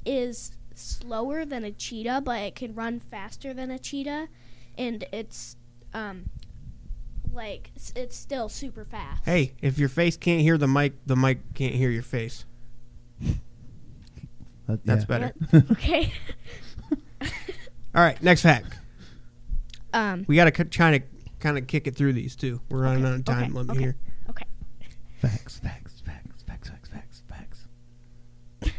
Speaker 6: is slower than a cheetah, but it can run faster than a cheetah, and it's um, like s- it's still super fast.
Speaker 1: Hey, if your face can't hear the mic, the mic can't hear your face.
Speaker 2: Uh,
Speaker 1: That's better.
Speaker 6: Okay.
Speaker 1: All right, next fact.
Speaker 6: Um.
Speaker 1: We got to try to kind of kick it through these two. We're running out of time.
Speaker 6: okay,
Speaker 1: Let me
Speaker 6: okay.
Speaker 1: hear.
Speaker 2: Facts, facts, facts, facts, facts, facts, facts.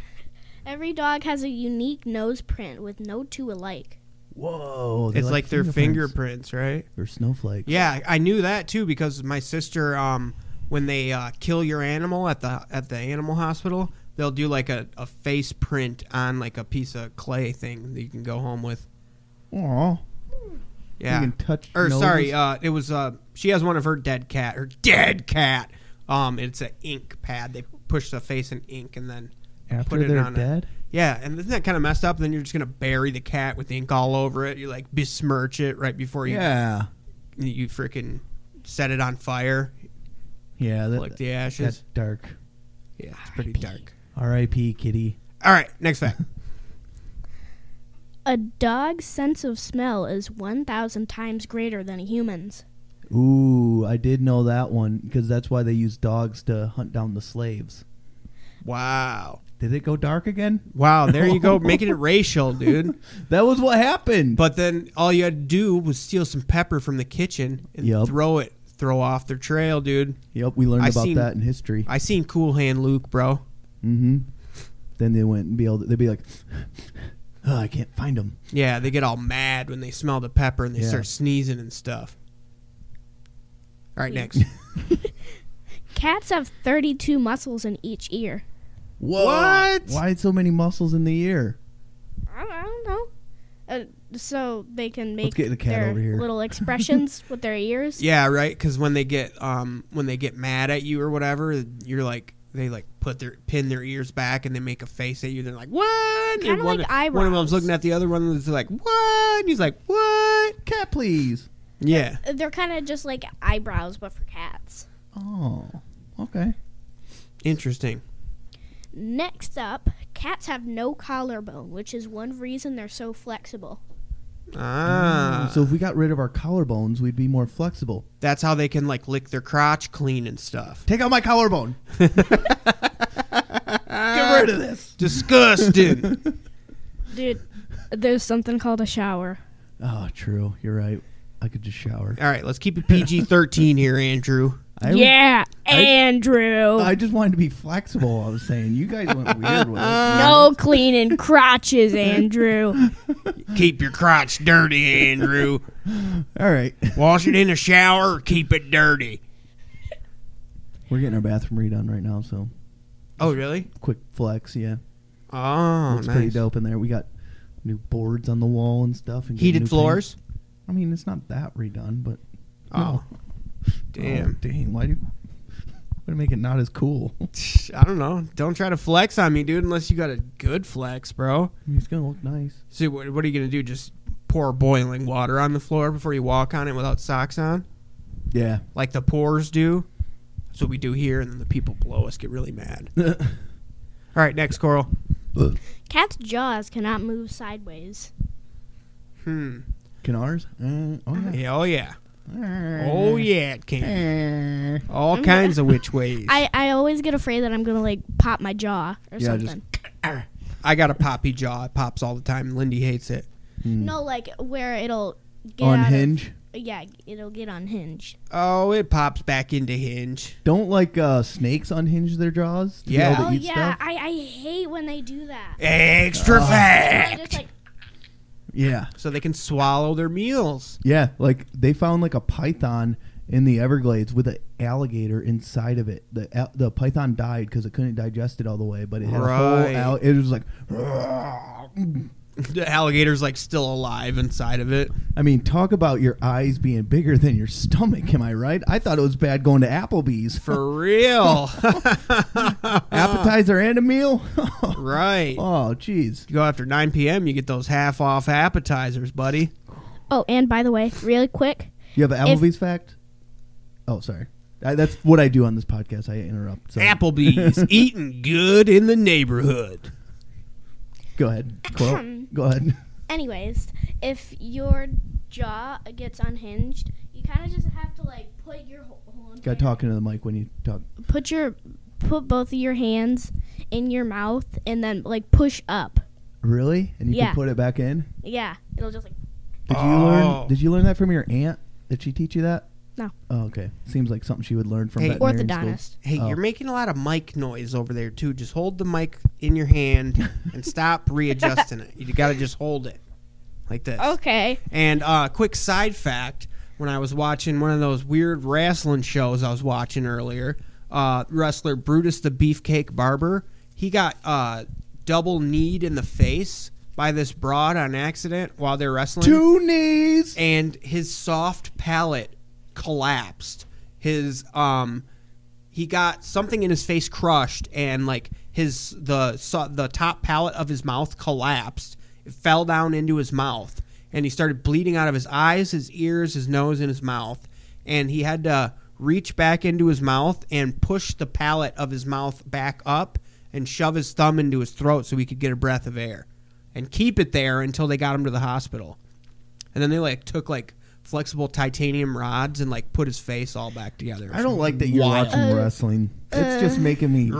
Speaker 6: Every dog has a unique nose print with no two alike.
Speaker 2: Whoa! they
Speaker 1: It's like, their
Speaker 2: fingerprints.
Speaker 1: fingerprints, right?
Speaker 2: Or snowflakes.
Speaker 1: Yeah, I knew that too because my sister, um, when they uh, kill your animal at the at the animal hospital, they'll do like a, a face print on like a piece of clay thing that you can go home with.
Speaker 2: Aw.
Speaker 1: Yeah.
Speaker 2: Freaking touch
Speaker 1: or
Speaker 2: noses.
Speaker 1: sorry, uh, it was uh, she has one of her dead cat, her dead cat. Um, it's an ink pad. They push the face in ink and then
Speaker 2: After
Speaker 1: put it
Speaker 2: they're
Speaker 1: on a-
Speaker 2: dead?
Speaker 1: yeah, and isn't that kind of messed up? And then you're just gonna bury the cat with ink all over it. You like besmirch it right before you
Speaker 2: Yeah.
Speaker 1: you freaking set it on fire.
Speaker 2: Yeah. That,
Speaker 1: Like the ashes.
Speaker 2: That's dark.
Speaker 1: Yeah, it's pretty dark.
Speaker 2: R.I.P. Kitty.
Speaker 1: All right, next fact.
Speaker 6: A dog's sense of smell is 1,000 times greater than a human's.
Speaker 2: Ooh, I did know that one because that's why they use dogs to hunt down the slaves.
Speaker 1: wow,
Speaker 2: Did it go dark again?
Speaker 1: wow, there you go, making it racial, dude.
Speaker 2: That was what happened.
Speaker 1: But then all you had to do was steal some pepper from the kitchen and
Speaker 2: Yup.
Speaker 1: throw it, throw off their trail, dude.
Speaker 2: yep, we learned
Speaker 1: I
Speaker 2: about
Speaker 1: seen-
Speaker 2: that in history.
Speaker 1: I seen Cool Hand Luke, bro.
Speaker 2: mm-hmm. Then they went and be able. To, they'd be like, oh, I can't find them.
Speaker 1: Yeah, they get all mad when they smell the pepper and they
Speaker 2: Yeah.
Speaker 1: start sneezing and stuff. All right, next.
Speaker 6: Cats have 32 muscles in each ear.
Speaker 2: Whoa!
Speaker 1: What?
Speaker 2: Why so many muscles in the ear?
Speaker 6: I don't, I don't know. Uh, so they can make
Speaker 2: get the cat
Speaker 6: their
Speaker 2: over here.
Speaker 6: little expressions with their ears.
Speaker 1: yeah, right. Because when they get um when they get mad at you or whatever, you're like they like put their pin their ears back and they make a face at you. They're like what? And
Speaker 6: Kinda
Speaker 1: one,
Speaker 6: like
Speaker 1: one of
Speaker 6: eyebrows.
Speaker 1: them's looking at the other one. And like what? And he's like what?
Speaker 2: Cat, please.
Speaker 1: Yeah.
Speaker 6: They're kind of just like eyebrows, but for cats.
Speaker 2: Oh, okay.
Speaker 1: Interesting.
Speaker 6: Next up, cats have no collarbone, which is one reason they're so flexible.
Speaker 2: Mm-hmm.
Speaker 1: Ah.
Speaker 2: so if we got rid of our collarbones, we'd be more flexible.
Speaker 1: That's how they can like lick their crotch clean and stuff.
Speaker 2: Take out my collarbone. Get rid of this.
Speaker 1: Disgusting.
Speaker 6: Dude, there's something called a shower.
Speaker 2: Oh, true. You're right. I could just shower.
Speaker 1: All right, let's keep it PG thirteen here, Andrew.
Speaker 2: I
Speaker 6: yeah, Andrew.
Speaker 2: I just wanted to be flexible. I was saying you guys went weird with it.
Speaker 6: no cleaning crotches, Andrew.
Speaker 1: Keep your crotch dirty, Andrew.
Speaker 2: All right,
Speaker 1: Wash it in the shower. Keep it dirty.
Speaker 2: we're getting our bathroom redone right now, so
Speaker 1: Oh, really?
Speaker 2: quick flex. Yeah,
Speaker 1: Oh,
Speaker 2: it's pretty
Speaker 1: nice.
Speaker 2: dope in there. We got new boards on the wall and stuff, and getting new
Speaker 1: Heated
Speaker 2: paint.
Speaker 1: floors.
Speaker 2: I mean, it's not that redone, but
Speaker 1: Oh,
Speaker 2: oh,
Speaker 1: damn.
Speaker 2: dang, why do why to make it not as cool?
Speaker 1: I don't know. Don't try to flex on me, dude. Unless you got a good flex, bro.
Speaker 2: I mean, it's gonna look nice.
Speaker 1: So what, what are you gonna do? Just pour boiling water on the floor before you walk on it without socks on,
Speaker 2: Yeah,
Speaker 1: like the poors do. That's what we do here, and then the people below us get really mad. All right, next, Coral.
Speaker 6: Cats' jaws cannot move sideways.
Speaker 1: Hmm.
Speaker 2: can ours? Uh, oh yeah.
Speaker 1: Yeah, oh yeah. Oh yeah, it
Speaker 2: Uh-huh.
Speaker 1: can.
Speaker 2: Uh,
Speaker 1: All kinds of which ways. I,
Speaker 6: I, I always get afraid that I'm gonna like pop my jaw or
Speaker 2: Yeah,
Speaker 6: something.
Speaker 2: just-
Speaker 1: got a poppy jaw. It pops all the time. Lindy hates it.
Speaker 2: mm.
Speaker 6: No, like where it'll get out of-
Speaker 2: Unhinge.
Speaker 6: yeah, it'll get unhinged.
Speaker 1: Oh, it pops back into hinge.
Speaker 2: Don't like uh, snakes unhinge their jaws. to be
Speaker 1: Yeah.
Speaker 2: able to
Speaker 6: Oh
Speaker 2: eat
Speaker 6: yeah,
Speaker 2: stuff?
Speaker 6: I, I hate when they do that.
Speaker 1: Extra
Speaker 6: I
Speaker 1: fat.
Speaker 6: just like
Speaker 2: yeah.
Speaker 1: So they can swallow their meals.
Speaker 2: Yeah, like they found like a python in the Everglades with an alligator inside of it. The al- the python died because it couldn't digest it all the way, but it had
Speaker 1: Right.
Speaker 2: a whole. Al- it was like, "Rrrr."
Speaker 1: The alligator's like still alive inside of it.
Speaker 2: I mean, talk about your eyes being bigger than your stomach. Am I right? I thought it was bad going to Applebee's for
Speaker 1: For real.
Speaker 2: appetizer and a meal.
Speaker 1: right.
Speaker 2: oh, jeez.
Speaker 1: You go after 9 p.m., you get those half off appetizers, buddy.
Speaker 6: Oh, and by the way, really quick,
Speaker 2: You have an
Speaker 6: If-
Speaker 2: Applebee's fact? Oh, sorry. I, that's what I do on this podcast. I interrupt. So
Speaker 1: Applebee's eating good in the neighborhood.
Speaker 2: Go ahead. Coral. Go ahead.
Speaker 6: anyways, if your jaw gets unhinged, you kind of just have to like put your whole whole
Speaker 2: Got
Speaker 6: entire-
Speaker 2: talking to the mic when you talk.
Speaker 6: put your put both of your hands in your mouth and then like push up.
Speaker 2: Really? And you
Speaker 6: Yeah.
Speaker 2: can put it back in?
Speaker 6: Yeah, it'll just like
Speaker 2: Did you
Speaker 1: Oh.
Speaker 2: learn did you learn that from your aunt? Did she teach you that?
Speaker 6: No.
Speaker 2: Oh, okay. Seems like something she would learn from
Speaker 1: Hey,
Speaker 2: veterinarian
Speaker 6: orthodontist.
Speaker 1: Hey,
Speaker 2: Oh.
Speaker 1: you're making a lot of mic noise over there too. Just hold the mic in your hand and stop readjusting it. You got to just hold it like this.
Speaker 6: Okay.
Speaker 1: And uh, quick side fact: when I was watching one of those weird wrestling shows I was watching earlier, uh, wrestler Brutus the Beefcake Barber, he got uh, double kneed in the face by this broad on accident while they're wrestling.
Speaker 2: Two knees.
Speaker 1: and his soft palate collapsed. His um, he got something in his face crushed, and like his the so, the top palate of his mouth collapsed. It fell down into his mouth, and he started bleeding out of his eyes, his ears, his nose, and his mouth. And he had to reach back into his mouth and push the palate of his mouth back up and shove his thumb into his throat so he could get a breath of air and keep it there until they got him to the hospital. And then they like took like flexible titanium rods and like put his face all back together.
Speaker 2: I don't like that you're
Speaker 1: Wild.
Speaker 2: watching
Speaker 6: Uh,
Speaker 2: wrestling. It's just making me.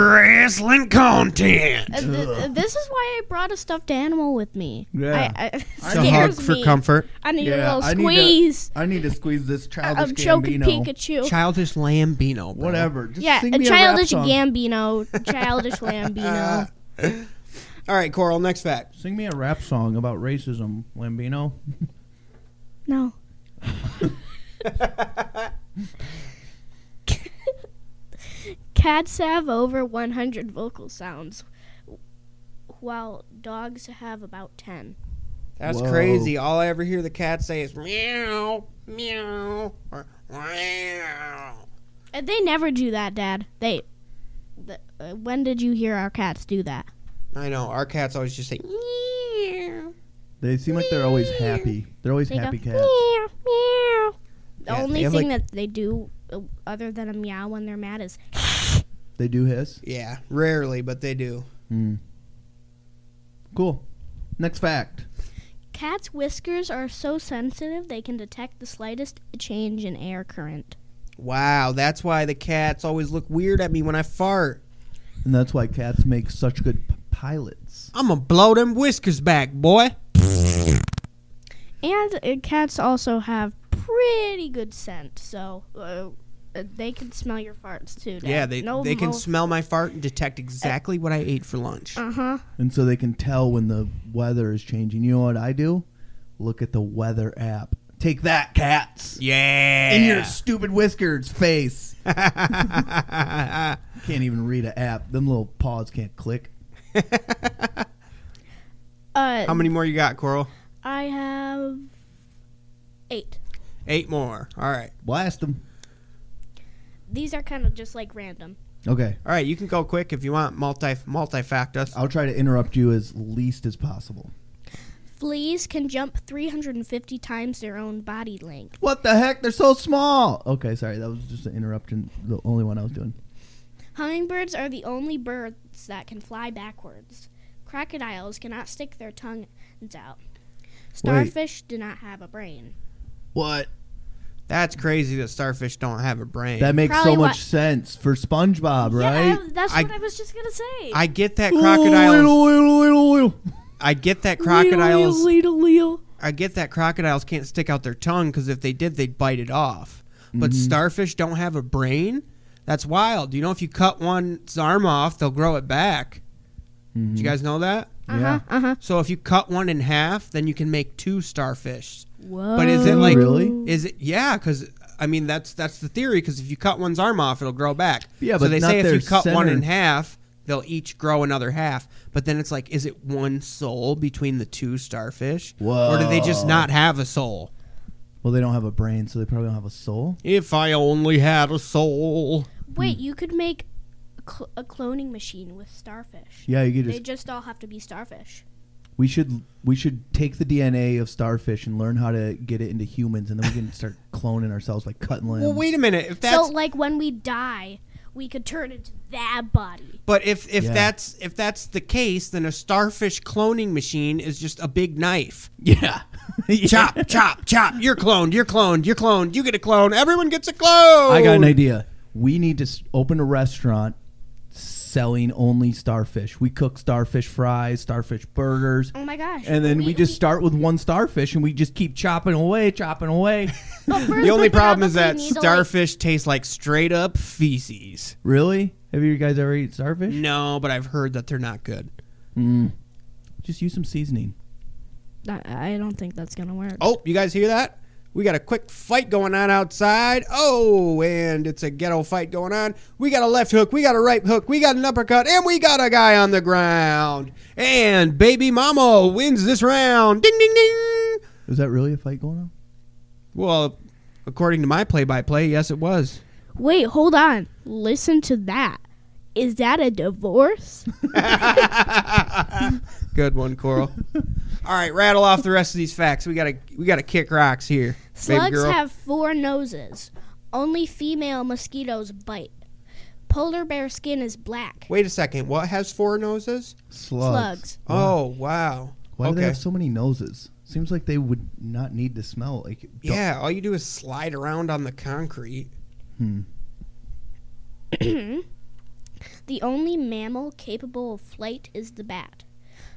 Speaker 1: wrestling content.
Speaker 6: Uh, th- th- this is why I brought a stuffed animal with me.
Speaker 2: Yeah.
Speaker 6: I, I, it
Speaker 1: It's a hug
Speaker 6: scares
Speaker 1: for
Speaker 6: me.
Speaker 1: comfort.
Speaker 6: I need a little
Speaker 2: I need to-
Speaker 6: squeeze.
Speaker 2: I need to squeeze this childish
Speaker 6: I'm choking
Speaker 2: Gambino.
Speaker 6: Pikachu.
Speaker 1: Childish Lambino. Bro.
Speaker 2: Whatever. Just
Speaker 6: yeah,
Speaker 2: sing
Speaker 6: a
Speaker 2: me
Speaker 6: childish
Speaker 2: a rap song.
Speaker 6: Gambino, childish Lambino.
Speaker 1: All right, Coral. Next fact.
Speaker 2: Sing me a rap song about racism, Lambino.
Speaker 6: No. Cats have over 100 vocal sounds, while dogs have about 10.
Speaker 1: That's
Speaker 2: Whoa.
Speaker 1: crazy. All I ever hear the cat say is meow, meow, or meow.
Speaker 6: Uh, They never do that, Dad. They. The, uh, when did you hear our cats do that?
Speaker 1: I know our cats always just say meow.
Speaker 2: They seem like they're always happy. They're always
Speaker 6: They
Speaker 2: happy
Speaker 6: go,
Speaker 2: cats.
Speaker 6: Meow, meow. The
Speaker 1: Yeah, they
Speaker 6: only
Speaker 1: have,
Speaker 6: thing
Speaker 1: like-
Speaker 6: that they do, uh, other than a meow when they're mad, is
Speaker 2: They do hiss.
Speaker 1: Yeah, rarely, but they do.
Speaker 2: Cool. Next fact.
Speaker 6: cats' whiskers are so sensitive they can detect the slightest change in air current.
Speaker 1: Wow, that's why the cats always look weird at me when I fart.
Speaker 2: And that's why cats make such good p- pilots.
Speaker 1: I'm gonna blow them whiskers back, boy.
Speaker 6: And uh, cats also have pretty good scent, so uh, uh, they can smell your farts too. Dad.
Speaker 1: Yeah, they
Speaker 6: no
Speaker 1: they can
Speaker 6: mo-
Speaker 1: smell my fart and detect exactly what I ate for lunch.
Speaker 6: uh-huh.
Speaker 2: And so they can tell when the weather is changing. You know what I do? Look at the weather app. Take that, cats.
Speaker 1: Yeah.
Speaker 2: In your stupid whiskers face. can't even read an app. Them little paws can't click.
Speaker 6: Uh,
Speaker 1: How many more you got, Coral?
Speaker 6: I have eight.
Speaker 1: Eight more. All right.
Speaker 2: Blast them.
Speaker 6: These are kind of just like random.
Speaker 2: Okay.
Speaker 1: All right, you can go quick if you want. Multi multifact us.
Speaker 2: I'll try to interrupt you as least as possible.
Speaker 6: Fleas can jump 350 times their own body length.
Speaker 2: What the heck? They're so small. Okay, sorry. That was just an interruption. The only one I was doing.
Speaker 6: Hummingbirds are the only birds that can fly backwards. Crocodiles cannot stick their tongues out. Starfish do not have a brain.
Speaker 2: What?
Speaker 1: That's crazy that starfish don't have a brain.
Speaker 2: That makes
Speaker 6: Probably
Speaker 2: so much
Speaker 6: what-
Speaker 2: sense for SpongeBob, right?
Speaker 6: Yeah, I- that's
Speaker 1: I-
Speaker 6: what I was just gonna say.
Speaker 1: I get that
Speaker 2: Oil,
Speaker 1: crocodiles.
Speaker 2: oil, oil, oil.
Speaker 6: Uh-huh,
Speaker 1: I get that crocodiles.
Speaker 6: Leetle, leetle.
Speaker 1: I get that crocodiles can't stick out their tongue because if they did, they'd bite it off. But starfish don't have a brain. That's wild. You know, if you cut one's arm off, they'll grow it back. Did you guys know that?
Speaker 6: Uh huh. Uh huh.
Speaker 1: So if you cut one in half, then you can make two starfish.
Speaker 6: Whoa.
Speaker 1: But is it like
Speaker 2: Really?
Speaker 1: Is it yeah? Because I mean that's that's the theory. Because if you cut one's arm off, it'll grow back.
Speaker 2: Yeah,
Speaker 1: so
Speaker 2: but
Speaker 1: they
Speaker 2: not
Speaker 1: say if
Speaker 2: their
Speaker 1: you cut one in
Speaker 2: center.
Speaker 1: half, they'll each grow another half. But then it's like, is it one soul between the two starfish, or do they just
Speaker 2: Whoa.
Speaker 1: not have a soul?
Speaker 2: Well, they don't have a brain, so they probably don't have a soul.
Speaker 1: If I only had a soul.
Speaker 6: Wait, you could make a, cl- a cloning machine with starfish.
Speaker 2: Yeah, you could
Speaker 6: They
Speaker 2: just.
Speaker 6: just all have to be starfish.
Speaker 2: We should we should take the DNA of starfish and learn how to get it into humans, and then we can start cloning ourselves like cutting limbs.
Speaker 1: Well, wait a minute. If
Speaker 6: So,
Speaker 1: that's
Speaker 6: like, when we die, we could turn into that body.
Speaker 1: but if if
Speaker 2: Yeah.
Speaker 1: that's if that's the case, then a starfish cloning machine is just a big knife.
Speaker 2: yeah. Yeah.
Speaker 1: Chop, chop, chop. You're cloned. You're cloned. You're cloned. You get a clone. Everyone gets a clone.
Speaker 2: I got
Speaker 6: Oh.
Speaker 2: an idea. We need to s- open a restaurant selling only starfish. We cook starfish fries, starfish burgers.
Speaker 6: Oh my gosh.
Speaker 2: And then we, just start with one starfish and we just keep chopping away, chopping away.
Speaker 1: The only problem is that starfish tastes like straight up feces.
Speaker 2: really? Have you guys ever eaten starfish?
Speaker 6: Mm.
Speaker 1: No, but I've heard that they're not good.
Speaker 2: Just use some seasoning.
Speaker 6: I don't think that's gonna work.
Speaker 1: Oh, you guys hear that? We got a quick fight going on outside. Oh, and it's a ghetto fight going on. We got a left hook. We got a right hook. We got an uppercut. And we got a guy on the ground. And Baby Mama wins this round. Ding, ding, ding.
Speaker 2: Is that really a fight going on?
Speaker 1: Well, according to my play by play, yes, it was.
Speaker 6: Wait, hold on. Listen to that. Is that a divorce?
Speaker 1: Good one, Coral. All right, rattle off the rest of these facts. We gotta we gotta kick rocks here, baby
Speaker 6: Slugs
Speaker 1: girl.
Speaker 6: have four noses. Only female mosquitoes bite. Polar bear skin is black.
Speaker 1: Wait a second. What has four noses?
Speaker 6: Slugs.
Speaker 1: Oh wow.
Speaker 2: Why do
Speaker 1: Okay.
Speaker 2: they have so many noses? Seems like they would not need to smell. Like don't-
Speaker 1: Yeah, all you do is slide around on the concrete.
Speaker 6: The only mammal capable of flight is the bat.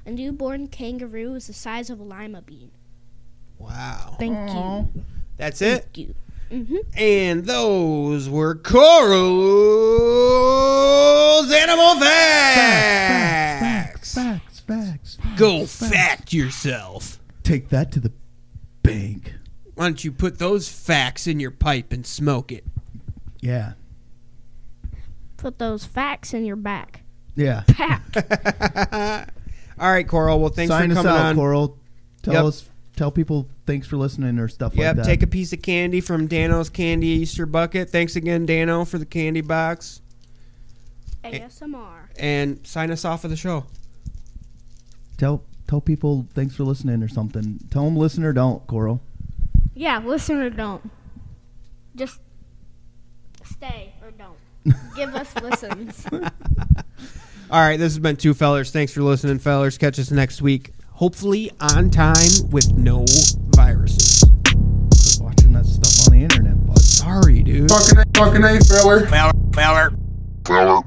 Speaker 6: A newborn kangaroo is the size of a lima bean.
Speaker 1: Wow.
Speaker 6: Thank
Speaker 1: That's it.
Speaker 6: you. Mm-hmm. You.
Speaker 1: And those were Coral's animal facts.
Speaker 2: Facts, facts, facts.
Speaker 1: Go
Speaker 2: facts.
Speaker 1: fact yourself.
Speaker 2: Take that to the bank.
Speaker 1: Why don't you put those facts in your pipe and smoke it?
Speaker 2: Yeah,
Speaker 6: Put those facts in your back.
Speaker 2: yeah.
Speaker 6: Pack.
Speaker 1: All right, Coral. Well, thanks
Speaker 2: Sign
Speaker 1: for
Speaker 2: us
Speaker 1: coming
Speaker 2: out,
Speaker 1: on.
Speaker 2: Coral. Tell
Speaker 1: Yep.
Speaker 2: us, tell people, thanks for listening or stuff
Speaker 1: Yep,
Speaker 2: like that.
Speaker 1: take a piece of candy from Dano's Candy Easter Bucket. Thanks again, Dano, for the candy box.
Speaker 6: ASMR.
Speaker 1: And sign us off of the show.
Speaker 2: tell tell people thanks for listening or something. Tell them listen or don't, Coral.
Speaker 6: Yeah, listen or don't. Just stay or don't. Give us listens.
Speaker 1: All right, this has been Two Fellers. Thanks for listening, fellers. Catch us next week, hopefully on time with no viruses.
Speaker 2: Quit watching that stuff on the internet, bud.
Speaker 1: Sorry, dude.
Speaker 5: Fucking A, fucking A, feller. Feller. Feller.